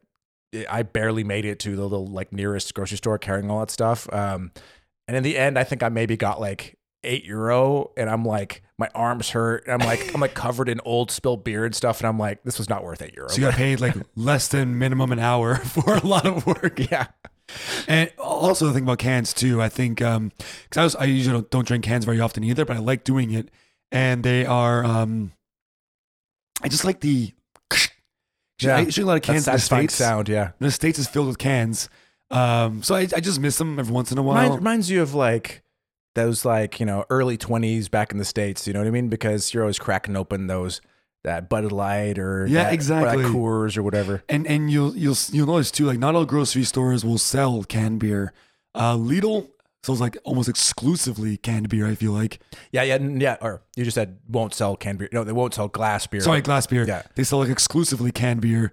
[SPEAKER 1] I barely made it to the little like nearest grocery store carrying all that stuff. Um, and in the end, I think I maybe got like eight euro, and I'm like my arms hurt. And I'm like I'm like covered in old spilled beer and stuff, and I'm like this was not worth eight euro.
[SPEAKER 2] So you got paid like less than minimum an hour for a lot of work.
[SPEAKER 1] yeah,
[SPEAKER 2] And also the thing about cans too, I think um 'cause I was I usually don't, don't drink cans very often either, but I like doing it, and they are um, I just like the
[SPEAKER 1] Yeah.
[SPEAKER 2] I usually a lot of
[SPEAKER 1] That
[SPEAKER 2] cans in the
[SPEAKER 1] satisfying
[SPEAKER 2] states.
[SPEAKER 1] sound. Yeah,
[SPEAKER 2] The states is filled with cans, um, so I, I just miss them every once in a
[SPEAKER 1] Remind-
[SPEAKER 2] while.
[SPEAKER 1] reminds you of like those like you know early 20s back in the states you know what i mean because you're always cracking open those that Bud Light or
[SPEAKER 2] Yeah,
[SPEAKER 1] that,
[SPEAKER 2] exactly.
[SPEAKER 1] or that Coors or whatever
[SPEAKER 2] And and you'll you'll you'll notice too, like not all grocery stores will sell canned beer. Uh, Lidl sells like almost exclusively canned beer. I feel like
[SPEAKER 1] yeah yeah n- yeah or you just said won't sell canned beer no they won't sell glass beer
[SPEAKER 2] Sorry, glass beer.
[SPEAKER 1] Yeah.
[SPEAKER 2] They sell like exclusively canned beer.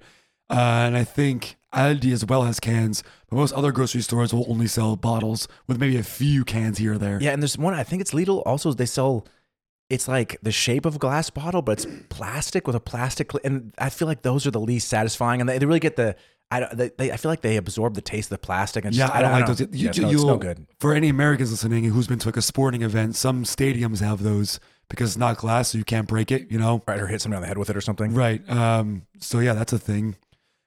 [SPEAKER 2] Uh, and I think Aldi as well has cans, but most other grocery stores will only sell bottles with maybe a few cans here or there.
[SPEAKER 1] yeah and there's one I think it's Lidl also they sell it's like the shape of a glass bottle but it's plastic with a plastic li- and I feel like those are the least satisfying and they, they really get the I don't they, they I feel like they absorb the taste of the plastic and
[SPEAKER 2] Yeah,
[SPEAKER 1] just,
[SPEAKER 2] I don't like
[SPEAKER 1] know.
[SPEAKER 2] those. You,
[SPEAKER 1] yeah,
[SPEAKER 2] you-
[SPEAKER 1] no, it's no
[SPEAKER 2] you'll-
[SPEAKER 1] good
[SPEAKER 2] For any Americans listening who's been to like a sporting event, some stadiums have those because it's not glass, so you can't break it, you know?
[SPEAKER 1] right or hit somebody on the head with it or something
[SPEAKER 2] Right. Um, so yeah, that's a thing.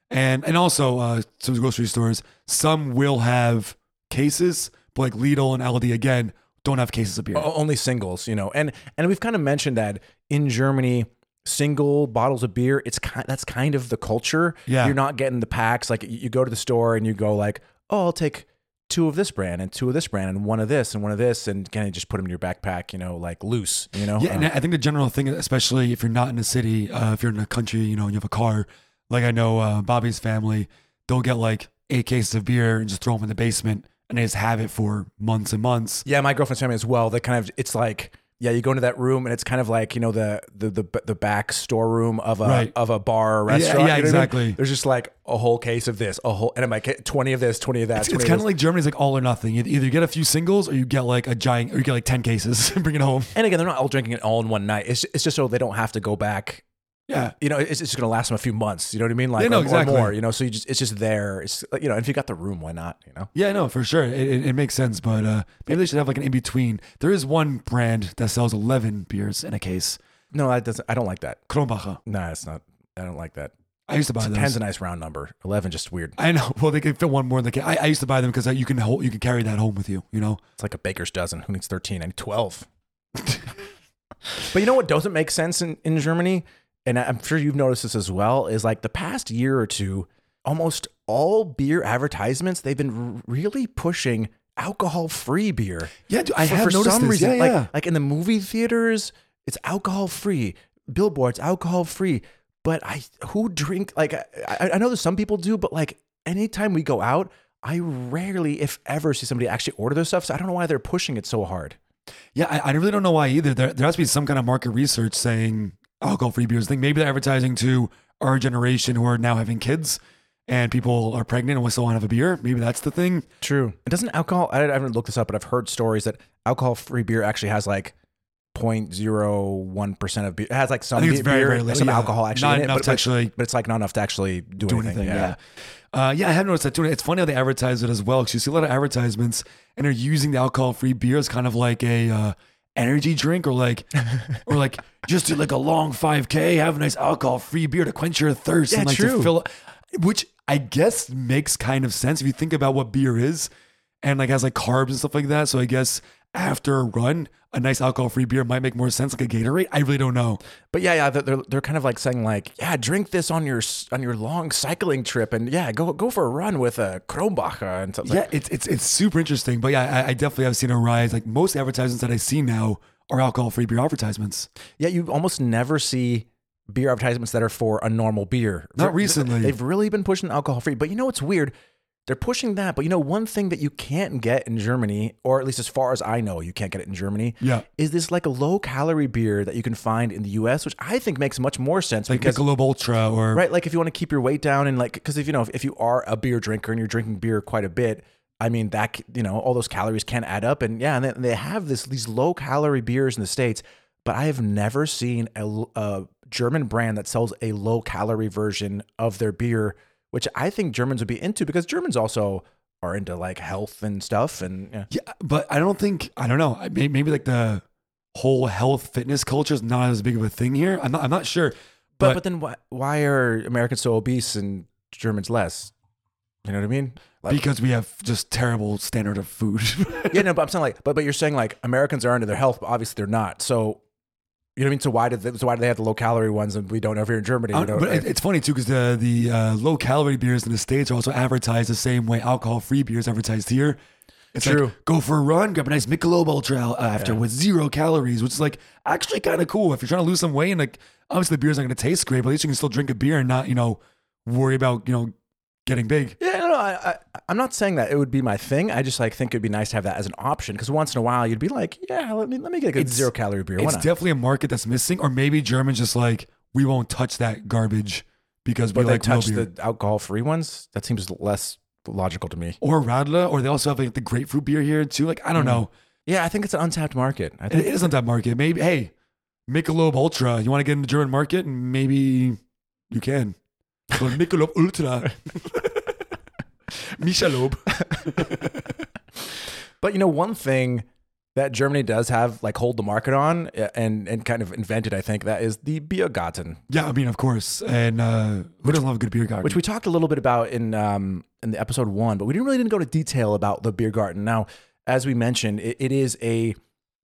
[SPEAKER 2] And and also uh, some grocery stores, some will have cases, but like Lidl and Aldi again don't have cases of beer.
[SPEAKER 1] O- only singles, you know. And and we've kind of mentioned that in Germany, single bottles of beer, it's kind that's kind of the culture.
[SPEAKER 2] Yeah.
[SPEAKER 1] You're not getting the packs. Like you go to the store and you go like, "Oh, I'll take two of this brand and two of this brand and one of this and one of this and can I just put them in your backpack, you know, like loose, you know?
[SPEAKER 2] Yeah,
[SPEAKER 1] Uh,
[SPEAKER 2] and I think the general thing, especially if you're not in a city, uh, if you're in a country, you know, and you have a car, like I know uh, Bobby's family, they'll get like eight cases of beer and just throw them in the basement, and they just have it for months and months.
[SPEAKER 1] Yeah, my girlfriend's family as well. They kind of it's like yeah, you go into that room and it's kind of like you know the the the, the back storeroom of a
[SPEAKER 2] Right.
[SPEAKER 1] of a bar or restaurant.
[SPEAKER 2] yeah,
[SPEAKER 1] you know what I mean?
[SPEAKER 2] exactly.
[SPEAKER 1] There's just like a whole case of this, a whole, and I'm like twenty of this, twenty of that.
[SPEAKER 2] It's,
[SPEAKER 1] 20
[SPEAKER 2] kind
[SPEAKER 1] this.
[SPEAKER 2] of like Germany's like all or nothing. You either get a few singles or you get like a giant, or you get like 10 cases and bring it home.
[SPEAKER 1] And again, they're not all drinking it all in one night. It's it's just so they don't have to go back.
[SPEAKER 2] Yeah.
[SPEAKER 1] You know, it's, it's going to last them a few months. You know what I mean? Like
[SPEAKER 2] Yeah, no,
[SPEAKER 1] or- or
[SPEAKER 2] exactly.
[SPEAKER 1] more. You know, so you just it's just there. It's you know, and if you got the room, why not? You know,
[SPEAKER 2] Yeah, no, for sure. It, it, it makes sense, but uh, maybe they should have like an in between. There is one brand that sells 11 beers in a case,
[SPEAKER 1] no, that doesn't. I don't like that.
[SPEAKER 2] Kronbacher.
[SPEAKER 1] Nah, it's not. I don't like that.
[SPEAKER 2] I used to buy those.
[SPEAKER 1] Ten's a nice round number. Eleven, just weird.
[SPEAKER 2] I know. Well, they can fit one more than they can. I, I used to buy them because you can hold, you can carry that home with you. You know.
[SPEAKER 1] It's like a baker's dozen. Who needs thirteen? I need twelve. but you know what doesn't make sense in in Germany, and I- I'm sure you've noticed this as well, is like the past year or two, almost all beer advertisements they've been r- really pushing alcohol-free beer.
[SPEAKER 2] Yeah, dude, I
[SPEAKER 1] for,
[SPEAKER 2] have
[SPEAKER 1] for
[SPEAKER 2] noticed
[SPEAKER 1] some
[SPEAKER 2] this.
[SPEAKER 1] reason,
[SPEAKER 2] yeah,
[SPEAKER 1] like
[SPEAKER 2] yeah.
[SPEAKER 1] like in the movie theaters, it's alcohol free. Billboards alcohol free. But I who drink like I, I I know that some people do, but like anytime we go out, I rarely, if ever, see somebody actually order their stuff. So I don't know why they're pushing it so hard.
[SPEAKER 2] yeah. I, I really don't know why either. There, there has to be some kind of market research saying alcohol-free beers. I think maybe they're advertising to our generation who are now having kids and people are pregnant and still want to have a beer. Maybe that's the thing.
[SPEAKER 1] True. And doesn't alcohol? I haven't looked this up, but I've heard stories that alcohol free beer actually has like. 0.01 percent of beer it has like some
[SPEAKER 2] I think it's
[SPEAKER 1] be-
[SPEAKER 2] very,
[SPEAKER 1] beer,
[SPEAKER 2] very little.
[SPEAKER 1] some
[SPEAKER 2] yeah.
[SPEAKER 1] alcohol actually
[SPEAKER 2] not
[SPEAKER 1] in it,
[SPEAKER 2] enough
[SPEAKER 1] but,
[SPEAKER 2] to
[SPEAKER 1] but-
[SPEAKER 2] actually
[SPEAKER 1] but it's like not enough to actually do,
[SPEAKER 2] do
[SPEAKER 1] anything.
[SPEAKER 2] anything. Yeah. Uh, yeah, I have noticed that too. and It's funny how they advertise it as well because you see a lot of advertisements and they're using the alcohol-free beer as kind of like a uh, energy drink or like or like just do like a long 5K, have a nice alcohol-free beer to quench your thirst
[SPEAKER 1] Yeah,
[SPEAKER 2] and like
[SPEAKER 1] true.
[SPEAKER 2] to fill, which I guess makes kind of sense if you think about what beer is and like has like carbs and stuff like that. So I guess after a run, a nice alcohol-free beer might make more sense, like a Gatorade. I really don't know.
[SPEAKER 1] But yeah, yeah, they're- they're they're kind of like saying like, yeah, drink this on your s- on your long cycling trip, and yeah, go go for a run with a Kronbacher and something.
[SPEAKER 2] yeah, it's it's it's super interesting. But yeah, I, I definitely have seen a rise. Like most advertisements that I see now are alcohol-free beer advertisements.
[SPEAKER 1] yeah, you almost never see beer advertisements that are for a normal beer.
[SPEAKER 2] Not
[SPEAKER 1] Ver-
[SPEAKER 2] recently.
[SPEAKER 1] They've really been pushing alcohol free, but you know what's weird? They're pushing that, but you know one thing that you can't get in Germany, or at least as far as I know, you can't get it in Germany.
[SPEAKER 2] Yeah.
[SPEAKER 1] is this like a low calorie beer that you can find in the U.S., which I think makes much more sense
[SPEAKER 2] Like Michelob Ultra or
[SPEAKER 1] right like if you want to keep your weight down and like because if you know if, if you are a beer drinker and you're drinking beer quite a bit i mean that c- you know all those calories can add up and yeah and they, they have this these low calorie beers in the states but I have never seen a, l- a German brand that sells a low calorie version of their beer, which I think Germans would be into because Germans also are into like health and stuff. And yeah.
[SPEAKER 2] Yeah, but I don't think I don't know. I may- Maybe like the whole health fitness culture is not as big of a thing here. I'm not. I'm not sure.
[SPEAKER 1] but,
[SPEAKER 2] But,
[SPEAKER 1] but then why, why are Americans so obese and Germans less? You know what I mean? Like,
[SPEAKER 2] because we have just terrible standard of food.
[SPEAKER 1] yeah, no, but I'm saying like, but but you're saying like Americans are into their health, but obviously they're not. So, you know what I mean? So why did they, so why do they have the low calorie ones and we don't over here in Germany? we
[SPEAKER 2] I-
[SPEAKER 1] don't-
[SPEAKER 2] Uh, but it- it's funny too because the the uh, low calorie beers in the states are also advertised the same way alcohol free beers advertised here. It's
[SPEAKER 1] True.
[SPEAKER 2] like go for a run, grab a nice Michelob Ultra uh, after with zero calories, which is like actually kind of cool if you're trying to lose some weight and like obviously the beer's not going to taste great, but at least you can still drink a beer and not you know worry about you know getting big.
[SPEAKER 1] yeah, no, no, I, I I'm not saying that it would be my thing. I just like think it'd be nice to have that as an option because once in a while you'd be like, yeah, let me let me get a good
[SPEAKER 2] It's-
[SPEAKER 1] zero calorie beer. Why
[SPEAKER 2] It's
[SPEAKER 1] not?
[SPEAKER 2] definitely a market that's missing, or maybe Germans just like we won't touch that garbage because we
[SPEAKER 1] but they
[SPEAKER 2] like real
[SPEAKER 1] touch
[SPEAKER 2] beer.
[SPEAKER 1] the alcohol free ones. That seems less logical to me.
[SPEAKER 2] or Radler, or they also have like the grapefruit beer here too. Like I
[SPEAKER 1] Mm.
[SPEAKER 2] don't know.
[SPEAKER 1] Yeah, I think it's an untapped market. I
[SPEAKER 2] It
[SPEAKER 1] think
[SPEAKER 2] it isn't that market. Maybe hey, Michelob Ultra. You want to get in the German market? Maybe you can. But Michelob Ultra, Michelob.
[SPEAKER 1] But you know, one thing that Germany does have, like, hold the market on uh, and and kind of invented, I think, that is the Biergarten,
[SPEAKER 2] Yeah, I mean of course. And uh, who doesn't love a good beer garden?
[SPEAKER 1] which we talked a little bit about in um in the episode one, but we didn't really didn't go to detail about the Biergarten. Now, as we mentioned, it, it is a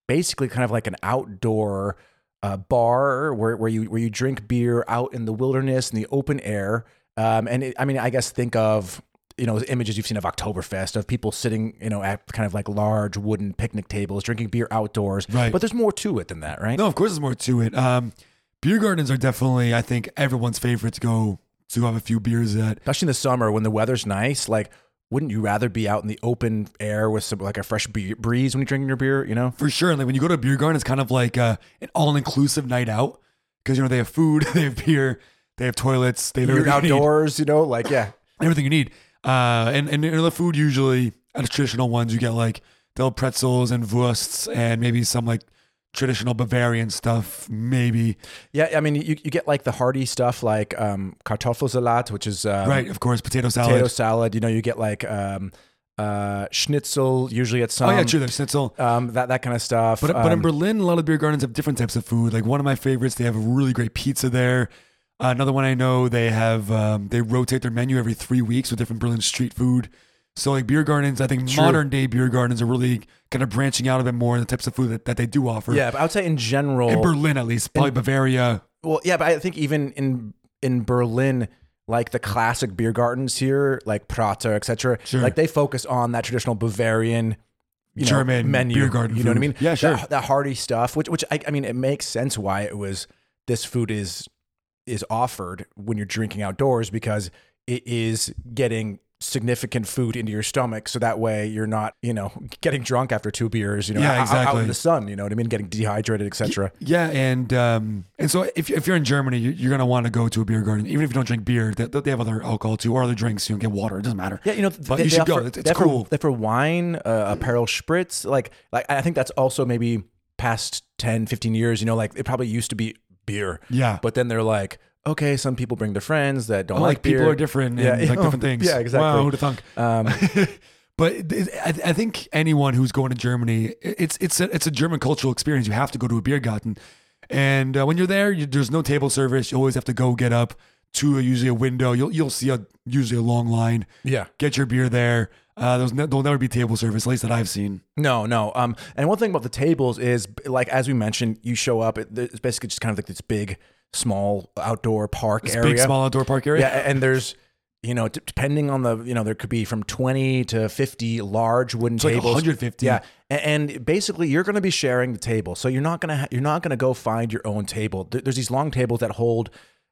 [SPEAKER 1] basically kind of like an outdoor uh, bar where where you where you drink beer out in the wilderness in the open air. Um, and it, I mean, I guess think of you know images you've seen of Oktoberfest of people sitting you know at kind of like large wooden picnic tables drinking beer outdoors.
[SPEAKER 2] Right.
[SPEAKER 1] But there's more to it than that, right?
[SPEAKER 2] No, of course, there's more to it. Um, beer gardens are definitely, I think, everyone's favorite to go to have a few beers at.
[SPEAKER 1] Especially in the summer when the weather's nice, like. Wouldn't you rather be out in the open air with some like a fresh be- breeze when you're drinking your beer? You know,
[SPEAKER 2] For sure. And like when you go to a beer garden, it's kind of like uh, an all inclusive night out because, you know, they have food, they have beer, they have toilets, they have
[SPEAKER 1] you're
[SPEAKER 2] everything you need.
[SPEAKER 1] outdoors. You know, like yeah,
[SPEAKER 2] everything you need. Uh, and, and and the food usually at the traditional ones you get like they'll pretzels and wursts and maybe some like traditional Bavarian stuff, maybe.
[SPEAKER 1] Yeah, I mean, you, you get like the hearty stuff like um, Kartoffelsalat, which is um,
[SPEAKER 2] right, of course, potato salad.
[SPEAKER 1] potato salad. You know, you get like um, uh, Schnitzel, usually at some.
[SPEAKER 2] oh yeah, true, there's schnitzel.
[SPEAKER 1] Um, that, that kind of stuff.
[SPEAKER 2] But but in
[SPEAKER 1] Um,
[SPEAKER 2] Berlin, a lot of beer gardens have different types of food. Like one of my favorites, they have a really great pizza there. another one I know, they have um, they rotate their menu every three weeks with different Berlin street food. So like beer gardens, I think
[SPEAKER 1] True.
[SPEAKER 2] modern day beer gardens are really kind of branching out a bit more in the types of food that, that they do offer.
[SPEAKER 1] yeah, but I would say in general.
[SPEAKER 2] in Berlin at least, probably Bavaria.
[SPEAKER 1] well, yeah, but I think even in in Berlin, like the classic beer gardens here, like Prater, etc.
[SPEAKER 2] Sure.
[SPEAKER 1] Like they focus on that traditional Bavarian. You know,
[SPEAKER 2] German
[SPEAKER 1] menu,
[SPEAKER 2] beer garden
[SPEAKER 1] You know what I mean?
[SPEAKER 2] food. Yeah, sure.
[SPEAKER 1] That, that hearty stuff, which which I, I mean, it makes sense why it was this food is is offered when you're drinking outdoors because it is getting significant food into your stomach so that way you're not you know getting drunk after two beers you know
[SPEAKER 2] Yeah,
[SPEAKER 1] out- out, out
[SPEAKER 2] exactly.
[SPEAKER 1] in the sun you know what i mean getting dehydrated etc
[SPEAKER 2] Yeah, and um, and so if, if you're in Germany, you- you're gonna want to go to a beer garden, even if you don't drink beer. They, they have other alcohol too, or other drinks. You can get water. It doesn't matter.
[SPEAKER 1] Yeah, you know,
[SPEAKER 2] But you should go. It's- it's
[SPEAKER 1] they offer-
[SPEAKER 2] cool.
[SPEAKER 1] They for wine, uh, apparel, spritz, like like I think that's also maybe past 10, 15 years. You know, like it probably used to be beer,
[SPEAKER 2] Yeah.
[SPEAKER 1] but then they're like, okay, some people bring their friends that don't
[SPEAKER 2] Oh,
[SPEAKER 1] like,
[SPEAKER 2] like people
[SPEAKER 1] beer.
[SPEAKER 2] are different
[SPEAKER 1] Yeah,
[SPEAKER 2] and like
[SPEAKER 1] yeah.
[SPEAKER 2] different things.
[SPEAKER 1] Yeah, exactly.
[SPEAKER 2] Wow, who'd have thunk?
[SPEAKER 1] Um,
[SPEAKER 2] But it- it- I, I think anyone who's going to Germany, it- it's it's a, it's a German cultural experience. You have to go to a beer garden, and uh, when you're there, you, there's no table service. You always have to go get up to a, usually a window. You'll you'll see a usually a long line.
[SPEAKER 1] yeah,
[SPEAKER 2] Get your beer there. Uh, there's no, there'll never be table service, at least that I've seen.
[SPEAKER 1] no, no. Um, and one thing about the tables is like as we mentioned, you show up. It, it's basically just kind of like this big, small outdoor park area.
[SPEAKER 2] Big small outdoor park area.
[SPEAKER 1] Yeah, a- and there's you know d- depending on the you know there could be from 20 to 50 large wooden
[SPEAKER 2] like
[SPEAKER 1] tables.
[SPEAKER 2] 150.
[SPEAKER 1] Yeah, a- and basically you're going to be sharing the table, so you're not gonna ha- you're not gonna go find your own table. There- There's these long tables that hold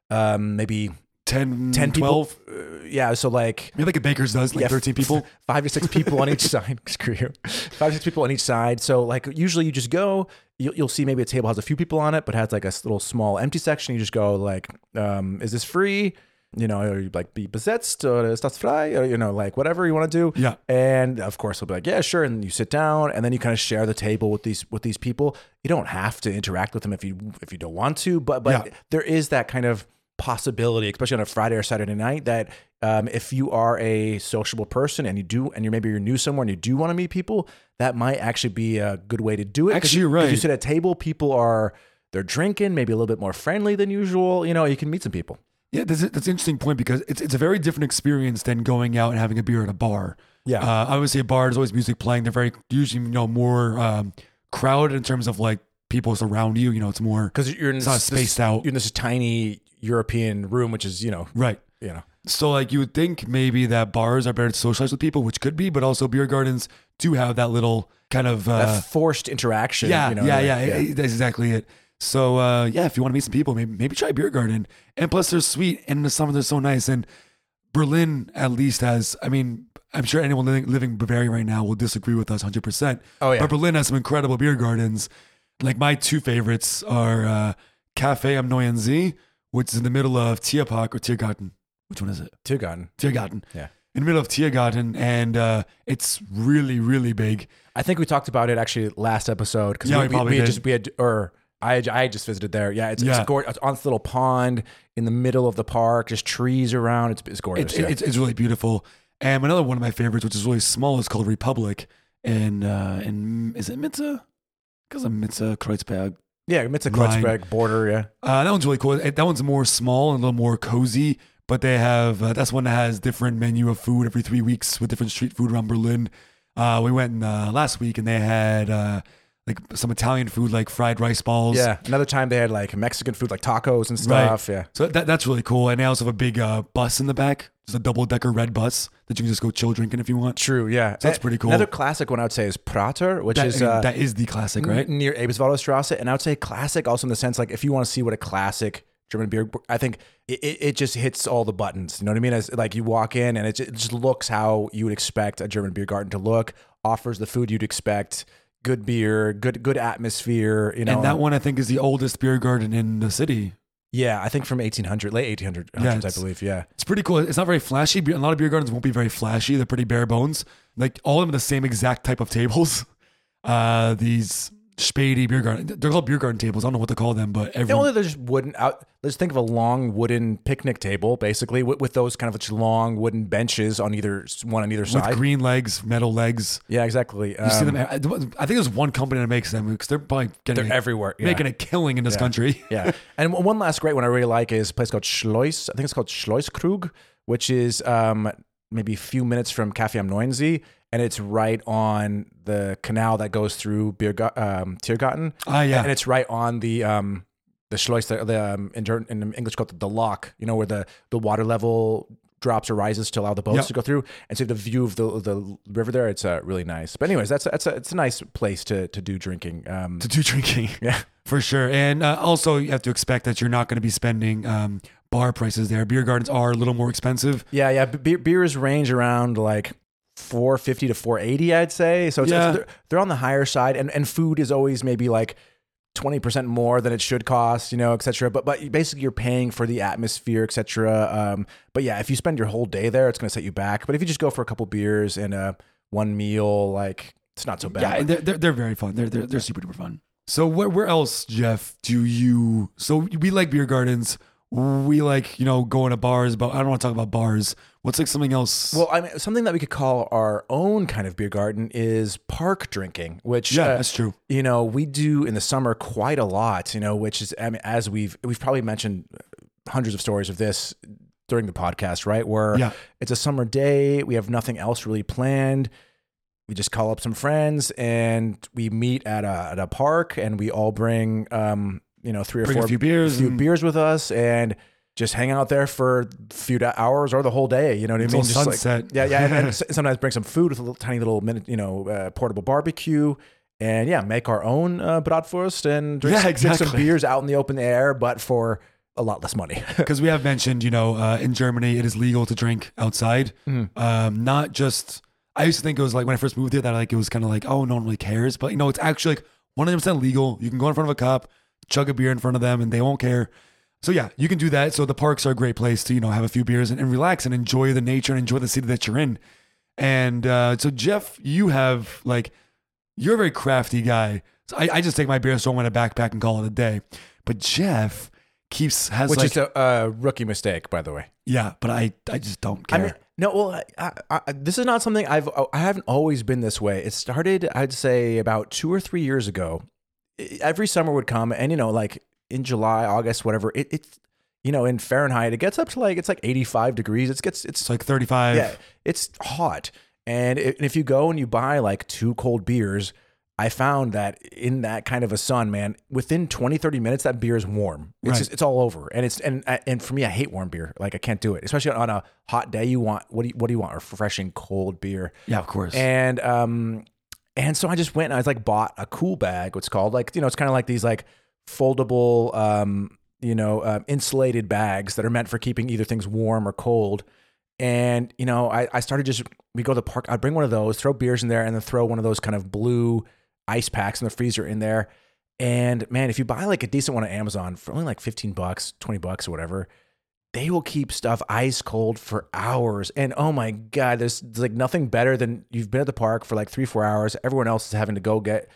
[SPEAKER 1] um, maybe
[SPEAKER 2] 10,
[SPEAKER 1] 10 people.
[SPEAKER 2] 12.
[SPEAKER 1] Uh, yeah, so like.
[SPEAKER 2] Maybe like a baker's does, like
[SPEAKER 1] yeah,
[SPEAKER 2] 13 people.
[SPEAKER 1] five to six people on each side. Screw you, five to six people on each side. So like usually you just go, you'll, you'll see maybe a table has a few people on it, but has like a s- little small empty section. You just go like, um, is this free? you know, or you like be besetzt or estás frei or, you know, like whatever you want to do.
[SPEAKER 2] Yeah.
[SPEAKER 1] And of course, he'll be like, yeah, sure. And you sit down and then you kind of share the table with these, with these people. You don't have to interact with them if you, if you don't want to, but, but
[SPEAKER 2] Yeah.
[SPEAKER 1] there is that kind of possibility, especially on a Friday or Saturday night that, um, if you are a sociable person and you do, and you're maybe you're new somewhere and you do want to meet people, that might actually be a good way to do it. 'Cause
[SPEAKER 2] Actually,
[SPEAKER 1] you-
[SPEAKER 2] you're
[SPEAKER 1] 'cause You
[SPEAKER 2] right.
[SPEAKER 1] sit at a table, people are, they're drinking, maybe a little bit more friendly than usual. You know, you can meet some people.
[SPEAKER 2] Yeah, that's, that's an interesting point because it's, it's a very different experience than going out and having a beer at a bar.
[SPEAKER 1] Yeah.
[SPEAKER 2] Uh, obviously, a bar there's always music playing. They're very usually you know more um, crowded in terms of like people around you. You know, it's more
[SPEAKER 1] because you're in
[SPEAKER 2] It's
[SPEAKER 1] this,
[SPEAKER 2] not spaced
[SPEAKER 1] this-
[SPEAKER 2] out.
[SPEAKER 1] You're in this tiny European room, which is you know,
[SPEAKER 2] right.
[SPEAKER 1] you know,
[SPEAKER 2] So like you would think maybe that bars are better to socialize with people, which could be, but also beer gardens do have that little kind of
[SPEAKER 1] that
[SPEAKER 2] uh,
[SPEAKER 1] forced interaction.
[SPEAKER 2] yeah,
[SPEAKER 1] you know,
[SPEAKER 2] yeah,
[SPEAKER 1] like,
[SPEAKER 2] yeah, eh, eh, That's exactly it. So uh, yeah, if you want to meet some people, maybe maybe try beer garden. And plus, they're sweet, and in the summer they're so nice. And Berlin at least has. I mean, I'm sure anyone living, living in Bavaria right now will disagree with us 100. percent
[SPEAKER 1] Oh, yeah.
[SPEAKER 2] But Berlin has some incredible beer gardens. Like my two favorites are uh, Cafe Am Neuen See, which is in the middle of Tierpark or Tiergarten. Which one is it?
[SPEAKER 1] Tugun.
[SPEAKER 2] Tiergarten.
[SPEAKER 1] Yeah.
[SPEAKER 2] In the middle of Tiergarten, and uh, it's really, really big.
[SPEAKER 1] I think we talked about it actually last episode because
[SPEAKER 2] Yeah,
[SPEAKER 1] we,
[SPEAKER 2] we
[SPEAKER 1] we,
[SPEAKER 2] probably
[SPEAKER 1] we had
[SPEAKER 2] did.
[SPEAKER 1] just we had or. I, had- I had just visited there. Yeah, it's,
[SPEAKER 2] Yeah.
[SPEAKER 1] it's gorgeous. It's on this little pond in the middle of the park. Just trees around. It's, it's gorgeous.
[SPEAKER 2] It's,
[SPEAKER 1] yeah.
[SPEAKER 2] it's, it's really beautiful. And another one of my favorites, which is really small, is called Republic. And uh, and is it Mitza? Because of Mitza Kreuzberg.
[SPEAKER 1] yeah, it's a
[SPEAKER 2] Line.
[SPEAKER 1] Kreuzberg border. Yeah,
[SPEAKER 2] Uh, that one's really cool. Eh, That one's more small and a little more cozy. But they have uh, that's one that has different menu of food every three weeks with different street food around Berlin. Uh, we went uh, last week and they had uh, like some Italian food like fried rice balls.
[SPEAKER 1] yeah. Another time they had like Mexican food, like tacos and stuff. Yeah,
[SPEAKER 2] So that, that's really cool. And they also have a big uh, bus in the back. It's a double decker red bus that you can just go chill drinking if you want.
[SPEAKER 1] true. Yeah,
[SPEAKER 2] So that's
[SPEAKER 1] A-
[SPEAKER 2] pretty cool.
[SPEAKER 1] Another classic one I would say is Prater, which
[SPEAKER 2] That,
[SPEAKER 1] is
[SPEAKER 2] I mean,
[SPEAKER 1] uh, Mm-hmm.
[SPEAKER 2] that is the classic, right?
[SPEAKER 1] n- near Eberswalder Strasse. And I would say classic also in the sense like if you want to see what a classic German beer, I think it, it, it just hits all the buttons. You know what I mean? As, like you walk in and it just, it just looks how you would expect a German beer garden to look, offers the food you'd expect, good beer, good good atmosphere. You know,
[SPEAKER 2] And that one I think is the oldest beer garden in the city.
[SPEAKER 1] yeah, I think from 1800, late 1800s,
[SPEAKER 2] Yeah,
[SPEAKER 1] I
[SPEAKER 2] it's-
[SPEAKER 1] believe. Yeah,
[SPEAKER 2] It's pretty cool. It's not very flashy. Beer- A lot of beer gardens won't be very flashy. They're pretty bare bones. Like all of them are the same exact type of tables. Uh, these Spady beer garden. They're called beer garden tables. I don't know what to call them, but every
[SPEAKER 1] No, only there's just wooden out. Let's think of a long wooden picnic table, basically, with, with those kind of just long wooden benches on either one on either
[SPEAKER 2] with
[SPEAKER 1] side.
[SPEAKER 2] green legs, metal legs.
[SPEAKER 1] yeah, exactly.
[SPEAKER 2] You see
[SPEAKER 1] Um,
[SPEAKER 2] them. I I think there's one company that makes them because they're probably getting
[SPEAKER 1] they're
[SPEAKER 2] a-
[SPEAKER 1] everywhere. yeah.
[SPEAKER 2] making a killing in this country.
[SPEAKER 1] yeah. And one last great one I really like is a place called Schloss. I think it's called Schlosskrug, which is um, maybe a few minutes from Café am Neunzee. And it's right on the canal that goes through Bier, um, Tiergarten.
[SPEAKER 2] Ah, yeah.
[SPEAKER 1] And it's right on the. Um, the Schloss, the, the um, in, Ger- in English called the lock, you know, where the, the water level drops or rises to allow the boats
[SPEAKER 2] Yep.
[SPEAKER 1] to go through, and so you have the view of the the river there. It's uh, really nice. But anyways, that's that's a, it's a nice place to to do drinking. Um,
[SPEAKER 2] to do drinking.
[SPEAKER 1] Yeah.
[SPEAKER 2] For sure. And uh, also, you have to expect that you're not going to be spending um, bar prices there. Beer gardens are a little more expensive.
[SPEAKER 1] Yeah, yeah. b- Beer, beers range around like 450 to 480, I'd say. So it's,
[SPEAKER 2] Yeah.
[SPEAKER 1] it's- they're, they're on the higher side, and, and food is always maybe like 20% more than it should cost, you know, et cetera. But, but basically, you're paying for the atmosphere, et cetera. Um, but yeah, if you spend your whole day there, it's going to set you back. But if you just go for a couple beers and uh, one meal, like it's not so bad.
[SPEAKER 2] Yeah, and they're, they're, they're very fun. They're, they're, they're super duper fun. So, where, where else, Jeff, do you? So, we like beer gardens. We like, you know, going to bars, but I don't want to talk about bars. What's like something else?
[SPEAKER 1] Well, I mean, something that we could call our own kind of beer garden is park drinking, which
[SPEAKER 2] yeah,
[SPEAKER 1] uh,
[SPEAKER 2] that's true.
[SPEAKER 1] you know we do in the summer quite a lot you know which is I mean, as we've we've probably mentioned hundreds of stories of this during the podcast right where
[SPEAKER 2] Yeah.
[SPEAKER 1] it's a summer day we have nothing else really planned we just call up some friends and we meet at a at a park and we all bring um you know three or
[SPEAKER 2] Bring
[SPEAKER 1] four
[SPEAKER 2] a few beers.
[SPEAKER 1] few
[SPEAKER 2] and
[SPEAKER 1] beers with us and just hang out there for a few hours or the whole day. You know what I mean?
[SPEAKER 2] Until
[SPEAKER 1] Just like-
[SPEAKER 2] sunset.
[SPEAKER 1] yeah, yeah. And, and s- sometimes bring some food with a little tiny little minute, you know, uh, portable barbecue. And yeah, make our own uh, bratwurst and drink,
[SPEAKER 2] Yeah,
[SPEAKER 1] some- drink some
[SPEAKER 2] exactly.
[SPEAKER 1] beers out in the open air, but for a lot less money.
[SPEAKER 2] because we have mentioned, you know, uh, in Germany it is legal to drink outside.
[SPEAKER 1] Mm-hmm.
[SPEAKER 2] Um, not just. I used to think it was like when I first moved here that like it was kind of like oh no one really cares, but you know it's actually like one hundred percent legal. You can go in front of a cop, chug a beer in front of them, and they won't care. So yeah, you can do that. So the parks are a great place to you know have a few beers and, and relax and enjoy the nature and enjoy the city that you're in. And uh, so Jeff, you have like you're a very crafty guy. So I, I just take my beer, throw them in a backpack, and call it a day. But Jeff keeps has
[SPEAKER 1] Which
[SPEAKER 2] like
[SPEAKER 1] is a, a rookie mistake, by the way.
[SPEAKER 2] yeah, but I I just don't
[SPEAKER 1] I
[SPEAKER 2] care.
[SPEAKER 1] mean, no. Well, I, I, I, this is not something I've. I haven't always been this way. It started, I'd say, about two or three years ago. E- Every summer would come, and you know, like in July, August, whatever. It, it's you know, in Fahrenheit, it gets up to like it's like eighty-five degrees. It gets it's
[SPEAKER 2] it's like 35.
[SPEAKER 1] yeah, it's hot. And i- if you go and you buy like two cold beers, I found that in that kind of a sun, man, within 20, 30 minutes, that beer is warm. It's
[SPEAKER 2] Right.
[SPEAKER 1] just, it's all over. And it's, and, uh, and for me, I hate warm beer. Like I can't do it, especially on a hot day. You want, what do you, what do you want? Refreshing cold beer.
[SPEAKER 2] Yeah, of course.
[SPEAKER 1] And, um, and so I just went and I was like, bought a cool bag, what's called like, you know, it's kind of like these like foldable, um, you know, uh, insulated bags that are meant for keeping either things warm or cold. And, you know, I, I started just, we go to the park, I'd bring one of those, throw beers in there, and then throw one of those kind of blue ice packs in the freezer in there. And man, if you buy like a decent one on Amazon for only like 15 bucks, 20 bucks or whatever, they will keep stuff ice cold for hours. And oh my God, there's, there's like nothing better than you've been at the park for like three, four hours. Everyone else is having to go get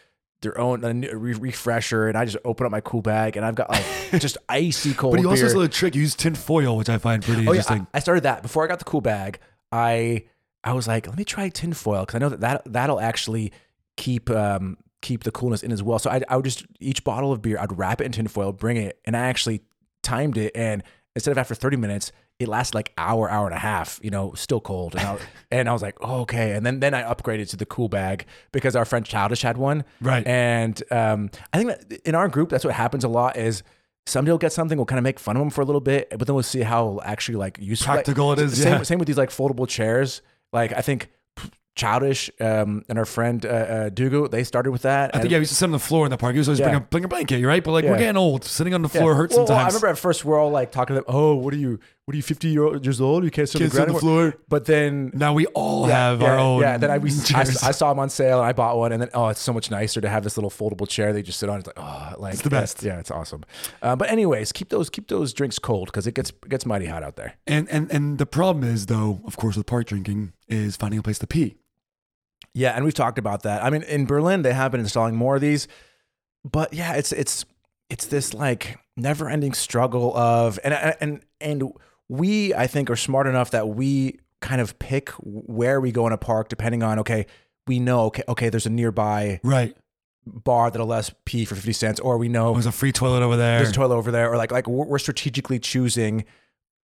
[SPEAKER 1] their own a new- re- refresher. And I just open up my cool bag and I've got like just icy cold
[SPEAKER 2] but he also
[SPEAKER 1] beer.
[SPEAKER 2] has a little trick. You use tin foil, which I find pretty
[SPEAKER 1] Oh yeah,
[SPEAKER 2] interesting.
[SPEAKER 1] I, I started that before I got the cool bag. I I was like, let me try tinfoil because I know that, that that'll actually keep um keep the coolness in as well. So I I would just each bottle of beer, I'd wrap it in tinfoil, bring it, and I actually timed it. And instead of after thirty minutes, it lasted like hour, hour and a half. You know, still cold. And I, and I was like, oh, okay. And then then I upgraded to the cool bag because our friend Childish had one.
[SPEAKER 2] Right.
[SPEAKER 1] And um, I think that in our group, that's what happens a lot is somebody will get something, we'll kind of make fun of them for a little bit, but then we'll see how actually like useful like-
[SPEAKER 2] Practical it is,
[SPEAKER 1] Same,
[SPEAKER 2] yeah.
[SPEAKER 1] same with these like foldable chairs. Like I think Childish um, and our friend uh, uh, Dugu, they started with that.
[SPEAKER 2] I think,
[SPEAKER 1] and-
[SPEAKER 2] yeah, we used to sit on the floor in the park. You used to always bring,
[SPEAKER 1] Yeah.
[SPEAKER 2] a, bring a blanket, you're right? But like, we're
[SPEAKER 1] Yeah.
[SPEAKER 2] getting old. Sitting on the floor hurts
[SPEAKER 1] Well, well, I
[SPEAKER 2] sometimes.
[SPEAKER 1] remember at first we're all like talking to them. Oh, what are you? What are you? Fifty year- years old? You can't sit on
[SPEAKER 2] Can't
[SPEAKER 1] the
[SPEAKER 2] sit on
[SPEAKER 1] ground
[SPEAKER 2] the
[SPEAKER 1] anymore."
[SPEAKER 2] floor.
[SPEAKER 1] But then
[SPEAKER 2] Now we all have
[SPEAKER 1] yeah,
[SPEAKER 2] our own.
[SPEAKER 1] Yeah, then I, we, I,
[SPEAKER 2] chairs.
[SPEAKER 1] I saw them on sale and I bought one, and then oh, it's so much nicer to have this little foldable chair they just sit on. It's like oh, like it's
[SPEAKER 2] the best.
[SPEAKER 1] Yeah, it's awesome. Uh, but anyways, keep those keep those drinks cold because it gets it gets mighty hot out there.
[SPEAKER 2] And and and the problem is though, of course, with park drinking is finding a place to pee.
[SPEAKER 1] Yeah, and we've talked about that. I mean, in Berlin they have been installing more of these, but yeah, it's it's it's this like never ending struggle of and and and we I think are smart enough that we kind of pick where we go in a park depending on okay we know okay okay there's a nearby
[SPEAKER 2] Right.
[SPEAKER 1] bar that'll let us pee for 50 cents or we know
[SPEAKER 2] There's a free toilet over there.
[SPEAKER 1] there's a toilet over there or like like we're we're strategically choosing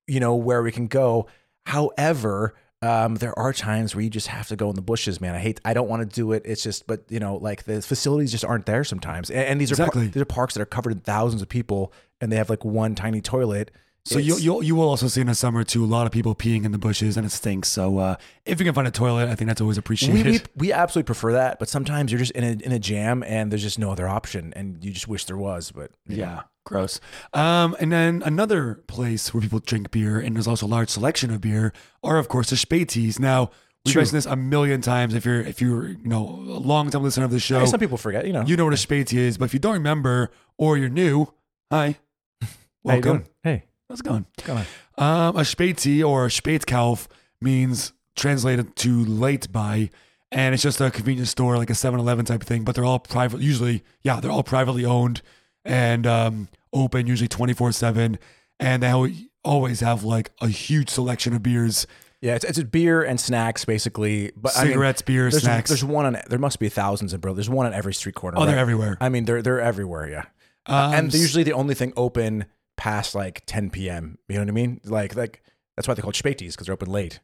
[SPEAKER 1] you know where we can go however um, there are times where you just have to go in the bushes man i hate i don't want to do it it's just but you know like the facilities just aren't there sometimes and, and these are
[SPEAKER 2] Exactly.
[SPEAKER 1] par- these are parks that are covered in thousands of people and they have like one tiny toilet
[SPEAKER 2] so you
[SPEAKER 1] It's-
[SPEAKER 2] you you will also see in the summer too a lot of people peeing in the bushes and it stinks. So uh, if you can find a toilet, I think that's always
[SPEAKER 1] we,
[SPEAKER 2] appreciated.
[SPEAKER 1] we, we absolutely prefer that but sometimes you're just in a, in a jam and there's just no other option and you just wish there was but
[SPEAKER 2] Yeah, gross. Um, and then another place where people drink beer, and there's also a large selection of beer, are of course the Spätis. Now we've
[SPEAKER 1] True.
[SPEAKER 2] mentioned this a million times. If you're if you're you know a long time listener of the show,
[SPEAKER 1] some people forget you know
[SPEAKER 2] Oh, you know what a Späti is. But if you don't remember or you're new, hi,
[SPEAKER 1] How you
[SPEAKER 2] welcome.
[SPEAKER 1] doing? hey
[SPEAKER 2] How's it going?
[SPEAKER 1] come on
[SPEAKER 2] Um, a Späti or a Spätkauf means translated to late buy, and it's just a convenience store like a 7-Eleven type of thing. But they're all private. Usually, yeah, they're all privately owned and um, open usually twenty four seven, and they al- always have like a huge selection of beers,
[SPEAKER 1] Yeah, it's, it's beer and snacks basically. But I mean,
[SPEAKER 2] cigarettes, beer,
[SPEAKER 1] there's,
[SPEAKER 2] snacks.
[SPEAKER 1] There's one on. There must be thousands in Berlin. There's one on every street corner.
[SPEAKER 2] oh, they're
[SPEAKER 1] right?
[SPEAKER 2] everywhere.
[SPEAKER 1] I mean, they're they're everywhere. Yeah,
[SPEAKER 2] Um,
[SPEAKER 1] and they're usually the only thing open past like 10 p.m. You know what I mean? Like like that's why they're called spätis because they're open late.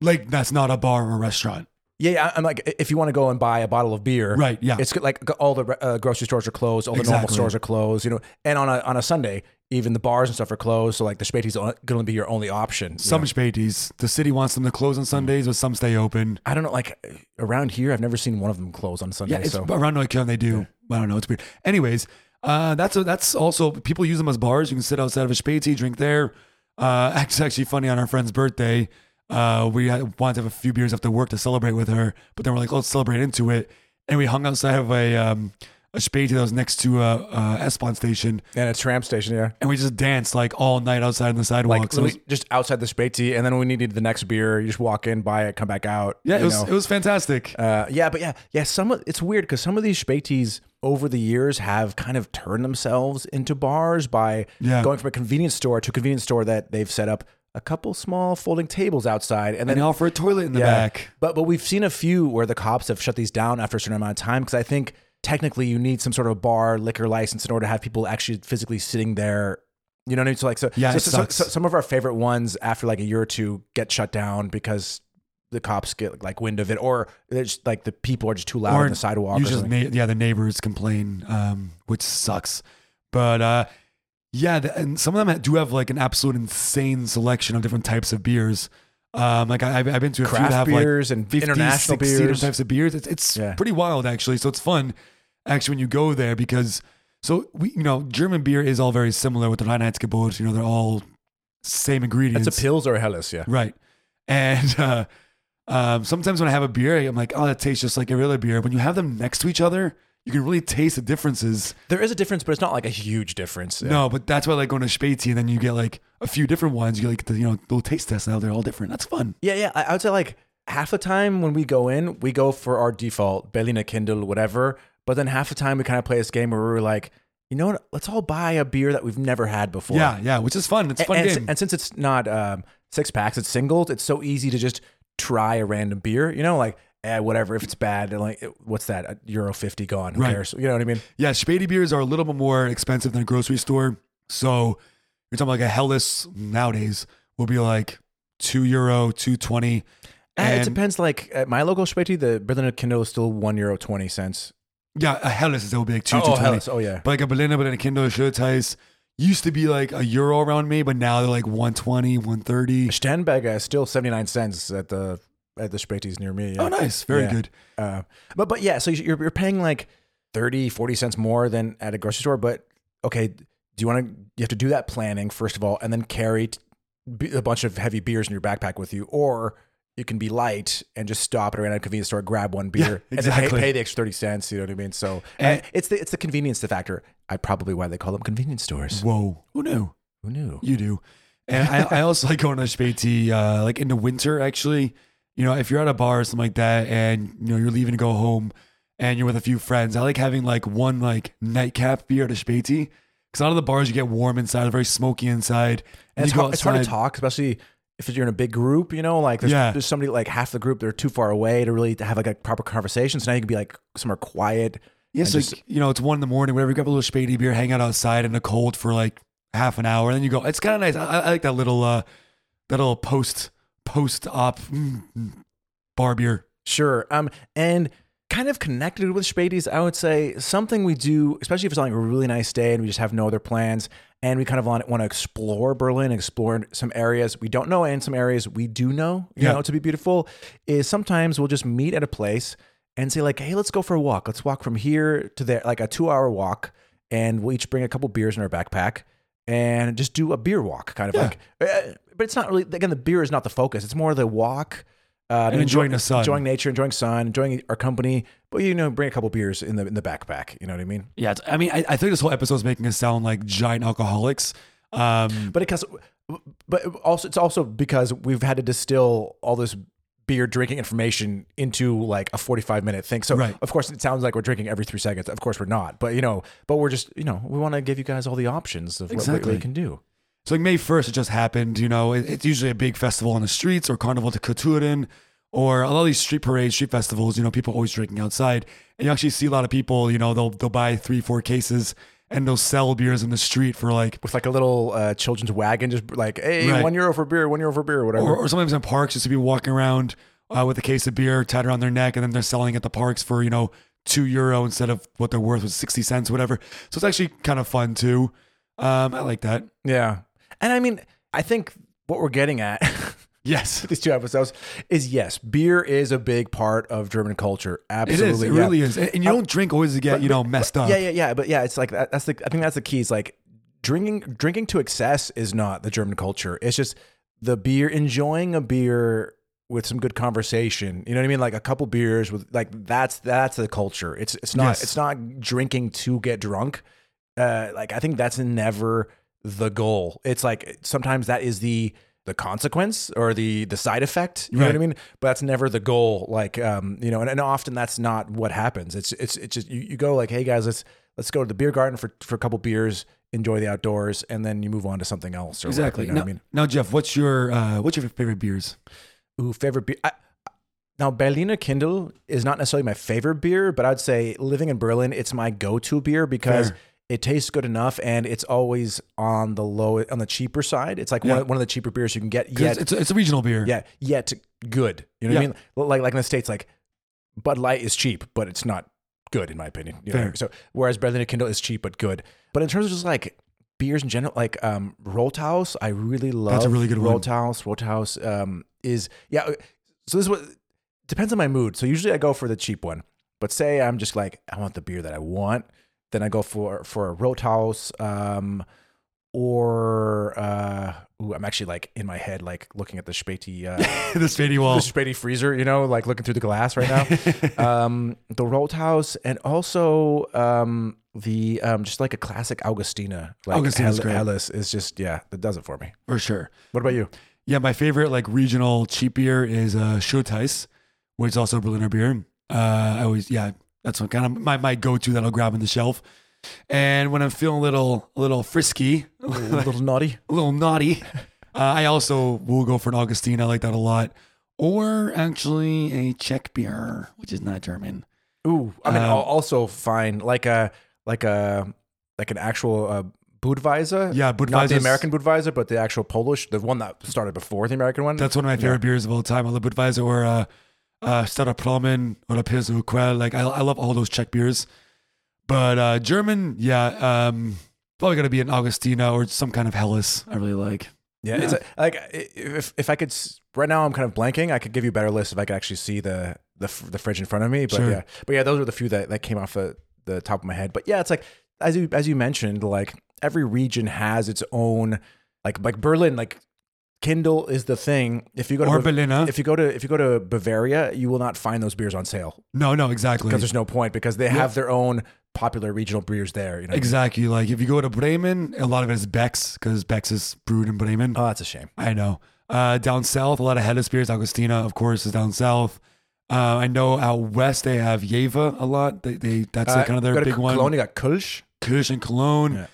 [SPEAKER 2] like that's not a bar or a restaurant,
[SPEAKER 1] Yeah, yeah. I'm like, if you want to go and buy a bottle of beer,
[SPEAKER 2] right? Yeah,
[SPEAKER 1] It's good, like all the uh, grocery stores are closed, all the normal
[SPEAKER 2] Exactly.
[SPEAKER 1] stores are closed. You know, and on a on a Sunday, even the bars and stuff are closed. So like the spätis are going to be your only option. you
[SPEAKER 2] some Spätis. The city wants them to close on
[SPEAKER 1] Mm.
[SPEAKER 2] Sundays, but some stay open.
[SPEAKER 1] I don't know. Like around here, I've never seen one of them close on Sunday.
[SPEAKER 2] Yeah, it's
[SPEAKER 1] so
[SPEAKER 2] around North Carolina they do. I don't know. It's weird. Anyways, uh, that's that's also people use them as bars. You can sit outside of a spatey, drink there. Uh, it's actually funny on our friend's birthday. Uh, we had, wanted to have a few beers after work to celebrate with her, but then we're like, let's celebrate into it, and we hung outside of a um, a Späti that was next to a, a S-Bahn station,
[SPEAKER 1] And a tram station, yeah.
[SPEAKER 2] and we just danced like all night outside on the sidewalk.
[SPEAKER 1] Like
[SPEAKER 2] so it was-
[SPEAKER 1] literally just outside the Spaty, and then when we needed the next beer, you just walk in, buy it, come back out.
[SPEAKER 2] yeah, it
[SPEAKER 1] you
[SPEAKER 2] was
[SPEAKER 1] know.
[SPEAKER 2] it was fantastic.
[SPEAKER 1] Uh, yeah, but yeah, yeah. Some of, it's weird because some of these Spätis over the years have kind of turned themselves into bars by
[SPEAKER 2] Yeah.
[SPEAKER 1] going from a convenience store to a convenience store that they've set up a couple small folding tables outside, and then
[SPEAKER 2] and offer a toilet in the
[SPEAKER 1] Yeah.
[SPEAKER 2] back.
[SPEAKER 1] But but we've seen a few where the cops have shut these down after a certain amount of time because I think technically you need some sort of bar liquor license in order to have people actually physically sitting there. You know what I mean? So like so,
[SPEAKER 2] Yeah,
[SPEAKER 1] so,
[SPEAKER 2] it
[SPEAKER 1] so- so-
[SPEAKER 2] sucks.
[SPEAKER 1] so some of our favorite ones after like a year or two get shut down because the cops get like wind of it or they're just like the people are just too loud
[SPEAKER 2] Or
[SPEAKER 1] on the sidewalk. Or
[SPEAKER 2] You just
[SPEAKER 1] something.
[SPEAKER 2] na- yeah, the neighbors complain, um, which sucks. But uh, yeah, the, and some of them do have like an absolute insane selection of different types of beers. Um, like I, I've I've been to a few that
[SPEAKER 1] craft
[SPEAKER 2] have like
[SPEAKER 1] beers and
[SPEAKER 2] 50,
[SPEAKER 1] international
[SPEAKER 2] 60 different
[SPEAKER 1] beers.
[SPEAKER 2] types of beers. It's it's
[SPEAKER 1] Yeah.
[SPEAKER 2] pretty wild actually. So it's fun actually when you go there because so we you know German beer is all very similar with the Reinheitsgebot. You know they're all same ingredients.
[SPEAKER 1] That's a pills or a Helles, yeah.
[SPEAKER 2] Right. And uh, um, sometimes when I have a beer, I'm like, oh, that tastes just like a regular beer. When you have them next to each other, you can really taste the differences.
[SPEAKER 1] There is a difference, but it's not like a huge difference. Yeah.
[SPEAKER 2] No, but that's why I like going to Spezi and then you get like a few different ones. You like the, you know, little taste test now. They're all different. That's fun.
[SPEAKER 1] Yeah, yeah. I, I would say like half the time when we go in, we go for our default Berliner Kindle, whatever. But then half the time we kind of play this game where we're like, you know what? Let's all buy a beer that we've never had before.
[SPEAKER 2] Yeah, yeah, which is fun. It's a fun
[SPEAKER 1] and,
[SPEAKER 2] game.
[SPEAKER 1] and since it's not um, six packs, it's singles. It's so easy to just try a random beer. You know, like eh, whatever. If it's bad, and like what's that? A Euro fifty gone. Who
[SPEAKER 2] Right.
[SPEAKER 1] cares? You know what I mean?
[SPEAKER 2] yeah, Spady beers are a little bit more expensive than a grocery store. So you're talking like a Hellas nowadays will be like two euro, two twenty.
[SPEAKER 1] Eh, it depends. Like at my local Späti, the Berliner Kindle is still one euro twenty cents.
[SPEAKER 2] Yeah, a Hellas is will be like two, two
[SPEAKER 1] oh,
[SPEAKER 2] twenty.
[SPEAKER 1] hell, oh yeah.
[SPEAKER 2] But like a Berliner, but in a Kindle Showtice used to be like a euro around me, but now they're like 120, 130.
[SPEAKER 1] Sternberger is still seventy nine cents at the at the Spätis near me. Yeah.
[SPEAKER 2] Oh, nice. Very
[SPEAKER 1] Yeah.
[SPEAKER 2] good.
[SPEAKER 1] Uh, but but yeah, so you're you're paying like 30, 40 cents more than at a grocery store. But okay, do you want to? You have to do that planning first of all, and then carry t- be- a bunch of heavy beers in your backpack with you, or you can be light and just stop at a random convenience store, grab one beer, and then
[SPEAKER 2] exactly.
[SPEAKER 1] pay, pay the extra thirty cents. You know what I mean? So
[SPEAKER 2] And-
[SPEAKER 1] uh, it's the it's the convenience factor. I probably why they call them convenience stores.
[SPEAKER 2] Whoa. Who knew?
[SPEAKER 1] Who knew?
[SPEAKER 2] You do. And I, I also like going to Spati, uh, like in the winter, actually. You know, if you're at a bar or something like that and, you know, you're leaving to go home and you're with a few friends, I like having like one like nightcap beer at a Spati. Because a lot of the bars you get warm inside, very smoky inside.
[SPEAKER 1] And it's
[SPEAKER 2] you go
[SPEAKER 1] hard, it's hard to
[SPEAKER 2] outside.
[SPEAKER 1] talk, especially if you're in a big group, you know, like there's,
[SPEAKER 2] Yeah.
[SPEAKER 1] there's somebody like half the group, they're too far away to really have like a proper conversation. So now you can be like somewhere quiet.
[SPEAKER 2] Yes,
[SPEAKER 1] and
[SPEAKER 2] like you know, it's one in the morning. Whatever, grab a little spady beer, hang out outside in the cold for like half an hour, and then you go. It's kind of nice. I, I like that little, uh, that little post post op mm, mm, bar beer.
[SPEAKER 1] Sure. Um, and kind of connected with Spades, I would say something we do, especially if it's on like a really nice day and we just have no other plans, and we kind of want, want to explore Berlin, explore some areas we don't know, and some areas we do know, you
[SPEAKER 2] Yeah.
[SPEAKER 1] know, to be beautiful. Is sometimes we'll just meet at a place and say like, hey, let's go for a walk. Let's walk from here to there, like a two-hour walk, and we'll each bring a couple beers in our backpack. And just do a beer walk, kind of
[SPEAKER 2] Yeah.
[SPEAKER 1] like, uh, but it's not really. Again, the beer is not the focus. It's more the walk, uh,
[SPEAKER 2] And enjoying the sun.
[SPEAKER 1] enjoying nature, enjoying sun, enjoying our company. But you know, bring a couple beers in the in the backpack. You know what I mean?
[SPEAKER 2] Yeah, it's- I mean, I, I think this whole episode is making us sound like giant alcoholics. Um,
[SPEAKER 1] But it because, but also it's also because we've had to distill all this beer drinking information into like a forty five minute thing. So
[SPEAKER 2] Right.
[SPEAKER 1] of course it sounds like we're drinking every three seconds. Of course we're not. But you know, but we're just you know we want to give you guys all the options of what
[SPEAKER 2] Exactly.
[SPEAKER 1] we can do.
[SPEAKER 2] so like May first, it just happened. You know, it, it's usually a big festival on the streets or Carnival de Kulturen or a lot of these street parades, street festivals. You know, people always drinking outside, and you actually see a lot of people. You know, they'll they'll buy three, four cases. And they'll sell beers in the street for like
[SPEAKER 1] With like a little uh, children's wagon, just like hey,
[SPEAKER 2] Right.
[SPEAKER 1] one euro for beer, one euro for beer, whatever.
[SPEAKER 2] or, or sometimes in parks just to be walking around uh, with a case of beer tied around their neck and then they're selling at the parks for you know two euro instead of what they're worth was 60 cents whatever so it's actually kind of fun too um, i like that
[SPEAKER 1] yeah, and I mean, I think what we're getting at.
[SPEAKER 2] yes
[SPEAKER 1] these two episodes is yes, beer is a big part of German culture.
[SPEAKER 2] it
[SPEAKER 1] Absolutely,
[SPEAKER 2] is it
[SPEAKER 1] yeah.
[SPEAKER 2] really is and and you don't drink always to get you know messed up
[SPEAKER 1] Yeah, yeah, yeah. But yeah, it's like that, that's the. I think that's the key. Is like drinking drinking to excess is not the German culture. It's just the beer, enjoying a beer with some good conversation. You know what I mean? Like a couple beers with like that's that's the culture. It's it's not
[SPEAKER 2] Yes.
[SPEAKER 1] it's not drinking to get drunk. Uh, like I think that's never the goal. It's like sometimes that is the the consequence or the the side effect. You know what I
[SPEAKER 2] Right.
[SPEAKER 1] mean? But that's never the goal. Like um, you know, and, and often that's not what happens. It's it's it's just you, you go like, hey guys, let's let's go to the beer garden for for a couple beers, enjoy the outdoors, and then you move on to something else. Or whatever,
[SPEAKER 2] Exactly.
[SPEAKER 1] you know
[SPEAKER 2] now,
[SPEAKER 1] what I mean?
[SPEAKER 2] now, Jeff, what's your uh, what's your favorite beers?
[SPEAKER 1] Ooh, favorite beer. I, now, Berliner Kindle is not necessarily my favorite beer, but I'd say living in Berlin, it's my go-to beer because
[SPEAKER 2] Fair.
[SPEAKER 1] it tastes good enough and it's always on the low, on the cheaper side. It's like
[SPEAKER 2] Yeah.
[SPEAKER 1] one, one of the cheaper beers you can get.
[SPEAKER 2] 'Cause
[SPEAKER 1] Yet,
[SPEAKER 2] It's, it's, a regional beer.
[SPEAKER 1] yeah, yet good. You know what I mean? Like, like in the states, like Bud Light is cheap, but it's not good in my opinion. You know?
[SPEAKER 2] Fair.
[SPEAKER 1] So, whereas Berliner Kindle is cheap but good. But in terms of just like beers in general, like um, Rolltaus, I really love.
[SPEAKER 2] a really good one.
[SPEAKER 1] Rolltaus. Rolltaus um, is yeah. uh, So this is what depends on my mood. So usually I go for the cheap one, but say I'm just like I want the beer that I want, then I go for for a Rolltaus. Um, or uh, ooh, I'm actually like in my head, like looking at the Spatey uh,
[SPEAKER 2] the Spady Wall.
[SPEAKER 1] the Spady freezer, you know, like looking through the glass right now. um, the Rollthouse and also um, the um, just like a classic Augustina. Like
[SPEAKER 2] Augustina's
[SPEAKER 1] Hel-
[SPEAKER 2] great.
[SPEAKER 1] Hellas is just yeah, that does it for me.
[SPEAKER 2] For sure.
[SPEAKER 1] What about you?
[SPEAKER 2] Yeah, my favorite like regional cheap beer is uh Schoteis, which is also Berliner beer. Uh I always yeah, that's what kind of my, my go to that I'll grab on the shelf. And when I'm feeling a little a little frisky,
[SPEAKER 1] A
[SPEAKER 2] a
[SPEAKER 1] little naughty.
[SPEAKER 2] little naughty, uh, I also will go for an Augustine. I like that a lot. Or actually a Czech beer, which is not German.
[SPEAKER 1] Ooh, I mean,
[SPEAKER 2] Um,
[SPEAKER 1] I'll also find like a like a like an actual uh, Budweiser.
[SPEAKER 2] Yeah,
[SPEAKER 1] Not the
[SPEAKER 2] Budweiser's-
[SPEAKER 1] American Budweiser, but the actual Polish, the one that started before the American one.
[SPEAKER 2] That's one of my favorite beers of all time. I love Budweiser or uh, uh, Staropramen or a Pilsner Urquell. Like I, I love all those Czech beers. But uh, German, yeah, um, probably gonna be an Augustina or some kind of Helles. I really like.
[SPEAKER 1] Yeah, it's a, like i- if if I could s- right now I'm kind of blanking. I could give you a better list if I could actually see the the, fr- the fridge in front of me. But
[SPEAKER 2] Sure.
[SPEAKER 1] yeah, but yeah, those were the few that, that came off the, the top of my head. But yeah, it's like as you as you mentioned, like every region has its own like like Berlin like. Kindle is the thing. If you go to
[SPEAKER 2] Or
[SPEAKER 1] Bav-
[SPEAKER 2] Berliner.
[SPEAKER 1] if you go to if you go to Bavaria, you will not find those beers on sale
[SPEAKER 2] No, no, exactly,
[SPEAKER 1] because there's no point because they have their own popular regional beers there. You know,
[SPEAKER 2] exactly. Like if you go to Bremen, a lot of it is Beck's because Beck's is brewed in Bremen.
[SPEAKER 1] oh, that's a shame.
[SPEAKER 2] I know. Uh, down south, a lot of Helles beers. Augustina, of course, is down south. Uh, I know out west they have Yeva a lot. They, they that's like kind of
[SPEAKER 1] go
[SPEAKER 2] their
[SPEAKER 1] to
[SPEAKER 2] big
[SPEAKER 1] K-
[SPEAKER 2] one.
[SPEAKER 1] Cologne, Uh, you got Kölsch.
[SPEAKER 2] Kirsch in Cologne.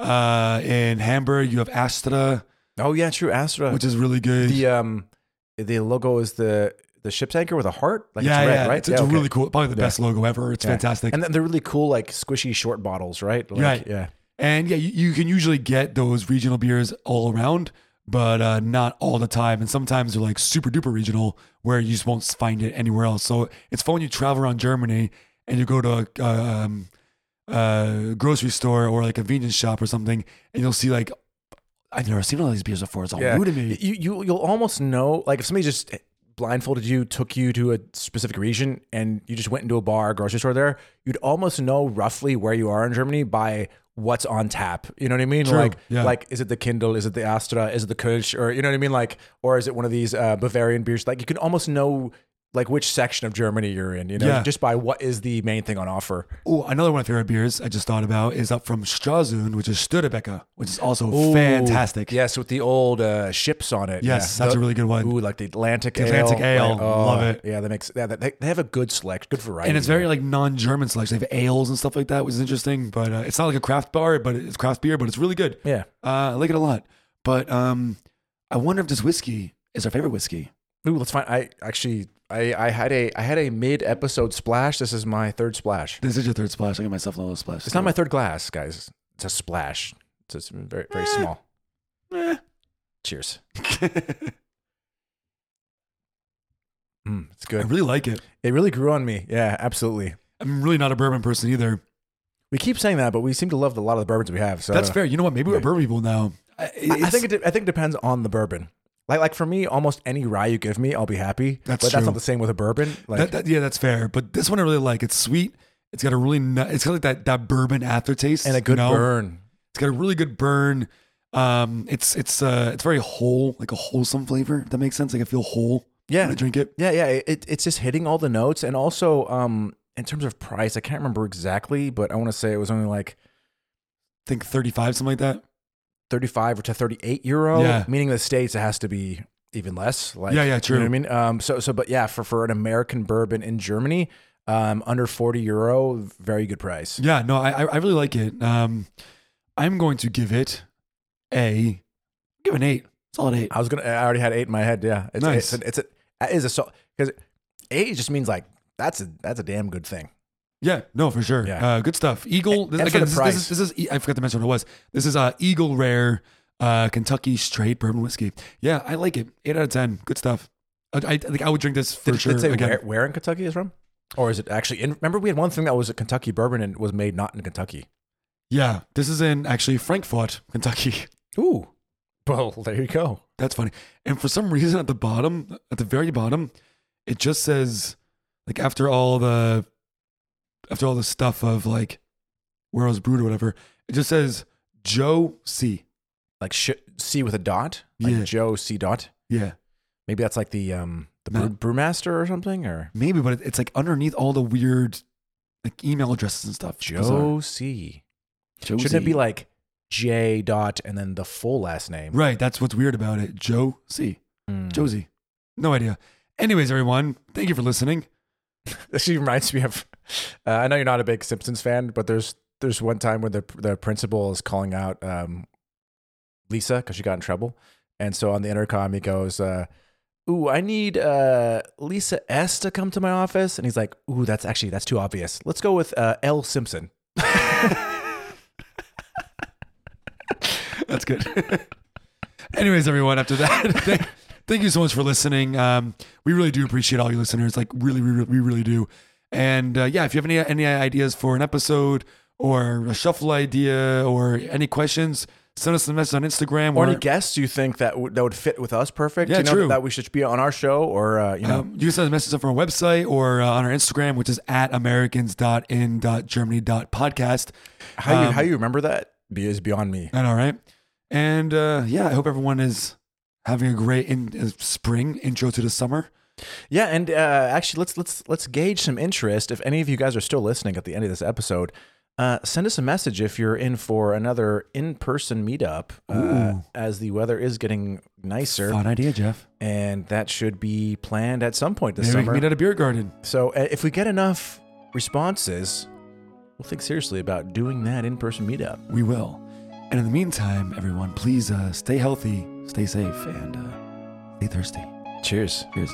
[SPEAKER 2] Uh, in Hamburg, you have Astra,
[SPEAKER 1] Oh yeah, true. Astra,
[SPEAKER 2] which is really good.
[SPEAKER 1] the um the logo is the the ship's anchor with a heart like
[SPEAKER 2] yeah,
[SPEAKER 1] it's red
[SPEAKER 2] yeah.
[SPEAKER 1] right
[SPEAKER 2] It's, it's
[SPEAKER 1] okay.
[SPEAKER 2] really cool. Probably the best logo ever. It's
[SPEAKER 1] Yeah.
[SPEAKER 2] fantastic.
[SPEAKER 1] and
[SPEAKER 2] And,
[SPEAKER 1] then they're really cool like squishy short bottles right like,
[SPEAKER 2] Right.
[SPEAKER 1] yeah
[SPEAKER 2] yeah, you, you can usually get those regional beers all around, but uh, not all the time. And sometimes they're like super duper regional where you just won't find it anywhere else. So it's fun when you travel around Germany and you go to a uh, um, uh, grocery store or like a convenience shop or something, and you'll see like, I've never seen all these beers before. It's all
[SPEAKER 1] yeah
[SPEAKER 2] new to me.
[SPEAKER 1] you, you you'll almost know like if somebody just blindfolded you took you to a specific region and you just went into a bar or grocery store there you'd almost know roughly where you are in Germany by what's on tap you know what I mean like
[SPEAKER 2] yeah.
[SPEAKER 1] like is it the Kindle is it the Astra is it the Kölsch or you know what I mean like or is it one of these uh, Bavarian beers like you can almost know like which section of Germany you're in you know
[SPEAKER 2] Yeah.
[SPEAKER 1] just by what is the main thing on offer
[SPEAKER 2] Oh, another one of my favorite beers I just thought about is up from Stralsund, which is Studebeker, which is also fantastic.
[SPEAKER 1] yes with the old uh, ships on it
[SPEAKER 2] Yes,
[SPEAKER 1] Yeah.
[SPEAKER 2] that's
[SPEAKER 1] The-
[SPEAKER 2] a really good one.
[SPEAKER 1] Ooh, like the Atlantic
[SPEAKER 2] Atlantic
[SPEAKER 1] Ale.
[SPEAKER 2] Ale.
[SPEAKER 1] Like, oh,
[SPEAKER 2] Love it.
[SPEAKER 1] Yeah, that makes yeah, that, they, they have a good select, good variety.
[SPEAKER 2] And it's very like non-German selection. They have ales and stuff like that, which is interesting. But uh, it's not like a craft bar, but it's craft beer, but it's really good.
[SPEAKER 1] yeah.
[SPEAKER 2] Uh, I like it a lot. But um, I wonder if this whiskey is our favorite whiskey.
[SPEAKER 1] Ooh, let's find. I actually, I, I had a, I had a mid episode splash. This is my third splash.
[SPEAKER 2] This is your third splash. I got myself a little splash.
[SPEAKER 1] It's not my third glass, guys. It's a splash. It's just very, very small.
[SPEAKER 2] Eh.
[SPEAKER 1] Cheers.
[SPEAKER 2] I
[SPEAKER 1] Mm, it's good.
[SPEAKER 2] really like it.
[SPEAKER 1] It really grew on me. Yeah, absolutely.
[SPEAKER 2] I'm really not a bourbon person either.
[SPEAKER 1] We keep saying that, but we seem to love the, a lot of the bourbons we have. So
[SPEAKER 2] That's fair. You know what? Maybe we're
[SPEAKER 1] Uh, Yeah.
[SPEAKER 2] bourbon people now. I,
[SPEAKER 1] I, I
[SPEAKER 2] it's-
[SPEAKER 1] think it, de- I think it depends on the bourbon. Like, like for me, almost any rye you give me, I'll be happy. but
[SPEAKER 2] That's
[SPEAKER 1] that's
[SPEAKER 2] true.
[SPEAKER 1] not the same with a bourbon. Like,
[SPEAKER 2] That- that- yeah, that's fair. But this one I really like. It's sweet. It's got a really ni- it's got like that that bourbon aftertaste
[SPEAKER 1] and a good
[SPEAKER 2] you know?
[SPEAKER 1] burn.
[SPEAKER 2] It's got a really good burn. Um, it's it's uh it's very whole, like a wholesome flavor. If that makes sense. Like I feel whole.
[SPEAKER 1] Yeah.
[SPEAKER 2] to drink it.
[SPEAKER 1] Yeah, yeah, it, it's just hitting all the notes, and also um, in terms of price, I can't remember exactly, but I want to say it was only like
[SPEAKER 2] think 35, something like that.
[SPEAKER 1] thirty-five or to thirty-eight euro.
[SPEAKER 2] Yeah.
[SPEAKER 1] Meaning in the states, it has to be even less. Like
[SPEAKER 2] Yeah, yeah,
[SPEAKER 1] You
[SPEAKER 2] true.
[SPEAKER 1] know what I mean, um, so so, but yeah, for for an American bourbon in Germany, um, under forty euro, very good price.
[SPEAKER 2] Yeah, no, I I I really like it. Um, I'm going to give it a give an eight, solid eight.
[SPEAKER 1] I was gonna, I already had eight in my head. Yeah, it's It's,
[SPEAKER 2] Nice.
[SPEAKER 1] a, it's a that is a so because eight just means like that's a that's a damn good thing.
[SPEAKER 2] Yeah, no, for sure.
[SPEAKER 1] Yeah.
[SPEAKER 2] Uh, good stuff. Eagle. This,
[SPEAKER 1] and for
[SPEAKER 2] again,
[SPEAKER 1] the
[SPEAKER 2] this,
[SPEAKER 1] price.
[SPEAKER 2] is, this is this is- I forgot to mention what it was. This is uh, Eagle Rare uh, Kentucky Straight Bourbon Whiskey. Yeah, I like it. Eight out of ten. Good stuff. I, I think I would drink this for
[SPEAKER 1] Did,
[SPEAKER 2] sure.
[SPEAKER 1] did it say
[SPEAKER 2] again.
[SPEAKER 1] where, where in Kentucky is from? Or is it actually in? Remember, we had one thing that was a Kentucky bourbon and was made not in Kentucky.
[SPEAKER 2] Yeah, this is in actually Frankfort, Kentucky.
[SPEAKER 1] Ooh. Well, there you go.
[SPEAKER 2] That's funny. And for some reason, at the bottom, at the very bottom, it just says like after all the after all the stuff of like where it was brewed or whatever, it just says Joe C.
[SPEAKER 1] Like sh- C with a dot. Like
[SPEAKER 2] Yeah.
[SPEAKER 1] Joe C dot.
[SPEAKER 2] Yeah,
[SPEAKER 1] Maybe that's like the um the
[SPEAKER 2] No.
[SPEAKER 1] brew, brewmaster or something or
[SPEAKER 2] maybe, but it- it's like underneath all the weird like email addresses and stuff. It's bizarre.
[SPEAKER 1] Joe C.
[SPEAKER 2] Joe
[SPEAKER 1] Shouldn't
[SPEAKER 2] C.
[SPEAKER 1] it be like J dot and then the full last name?
[SPEAKER 2] right? That's what's weird about it. Joe C.
[SPEAKER 1] Mm.
[SPEAKER 2] Josie. No idea. Anyways, everyone, thank you for listening.
[SPEAKER 1] This actually reminds me of. Uh, I know you're not a big Simpsons fan, but there's there's one time where the the principal is calling out um, Lisa because she got in trouble, and so on the intercom he goes, uh, "Ooh, I need uh, Lisa S to come to my office," and he's like, "Ooh, that's actually that's too obvious. Let's go with uh, L Simpson."
[SPEAKER 2] That's good. Anyways, everyone, after that, thank, thank you so much for listening. Um, we really do appreciate all you listeners. Like, really, we, we really do. And uh, yeah, if you have any any ideas for an episode or a shuffle idea or any questions, send us a message on Instagram
[SPEAKER 1] Or
[SPEAKER 2] or,
[SPEAKER 1] any guests you think that w- that would fit with us perfect?
[SPEAKER 2] Yeah,
[SPEAKER 1] you know,
[SPEAKER 2] true.
[SPEAKER 1] That we should be on our show, or uh, you know,
[SPEAKER 2] um, you can send us a message from our website or uh, on our Instagram, which is at Americans.in.germany.podcast.
[SPEAKER 1] how you
[SPEAKER 2] um,
[SPEAKER 1] how you remember that be- is beyond me.
[SPEAKER 2] And all right. And uh, yeah, I hope everyone is having a great in, uh, spring intro to the summer.
[SPEAKER 1] Yeah, and uh, actually, let's let's let's gauge some interest. If any of you guys are still listening at the end of this episode, uh, send us a message if you're in for another in-person meetup. Uh,
[SPEAKER 2] Ooh.
[SPEAKER 1] as the weather is getting nicer,
[SPEAKER 2] Fun idea, Jeff.
[SPEAKER 1] and that should be planned at some point this
[SPEAKER 2] Maybe we can
[SPEAKER 1] summer.
[SPEAKER 2] meet at a beer garden.
[SPEAKER 1] so, uh, if we get enough responses, we'll think seriously about doing that in-person meetup.
[SPEAKER 2] We will. And in the meantime, everyone, please uh, stay healthy, stay safe, and uh, stay thirsty.
[SPEAKER 1] Cheers.
[SPEAKER 2] Cheers.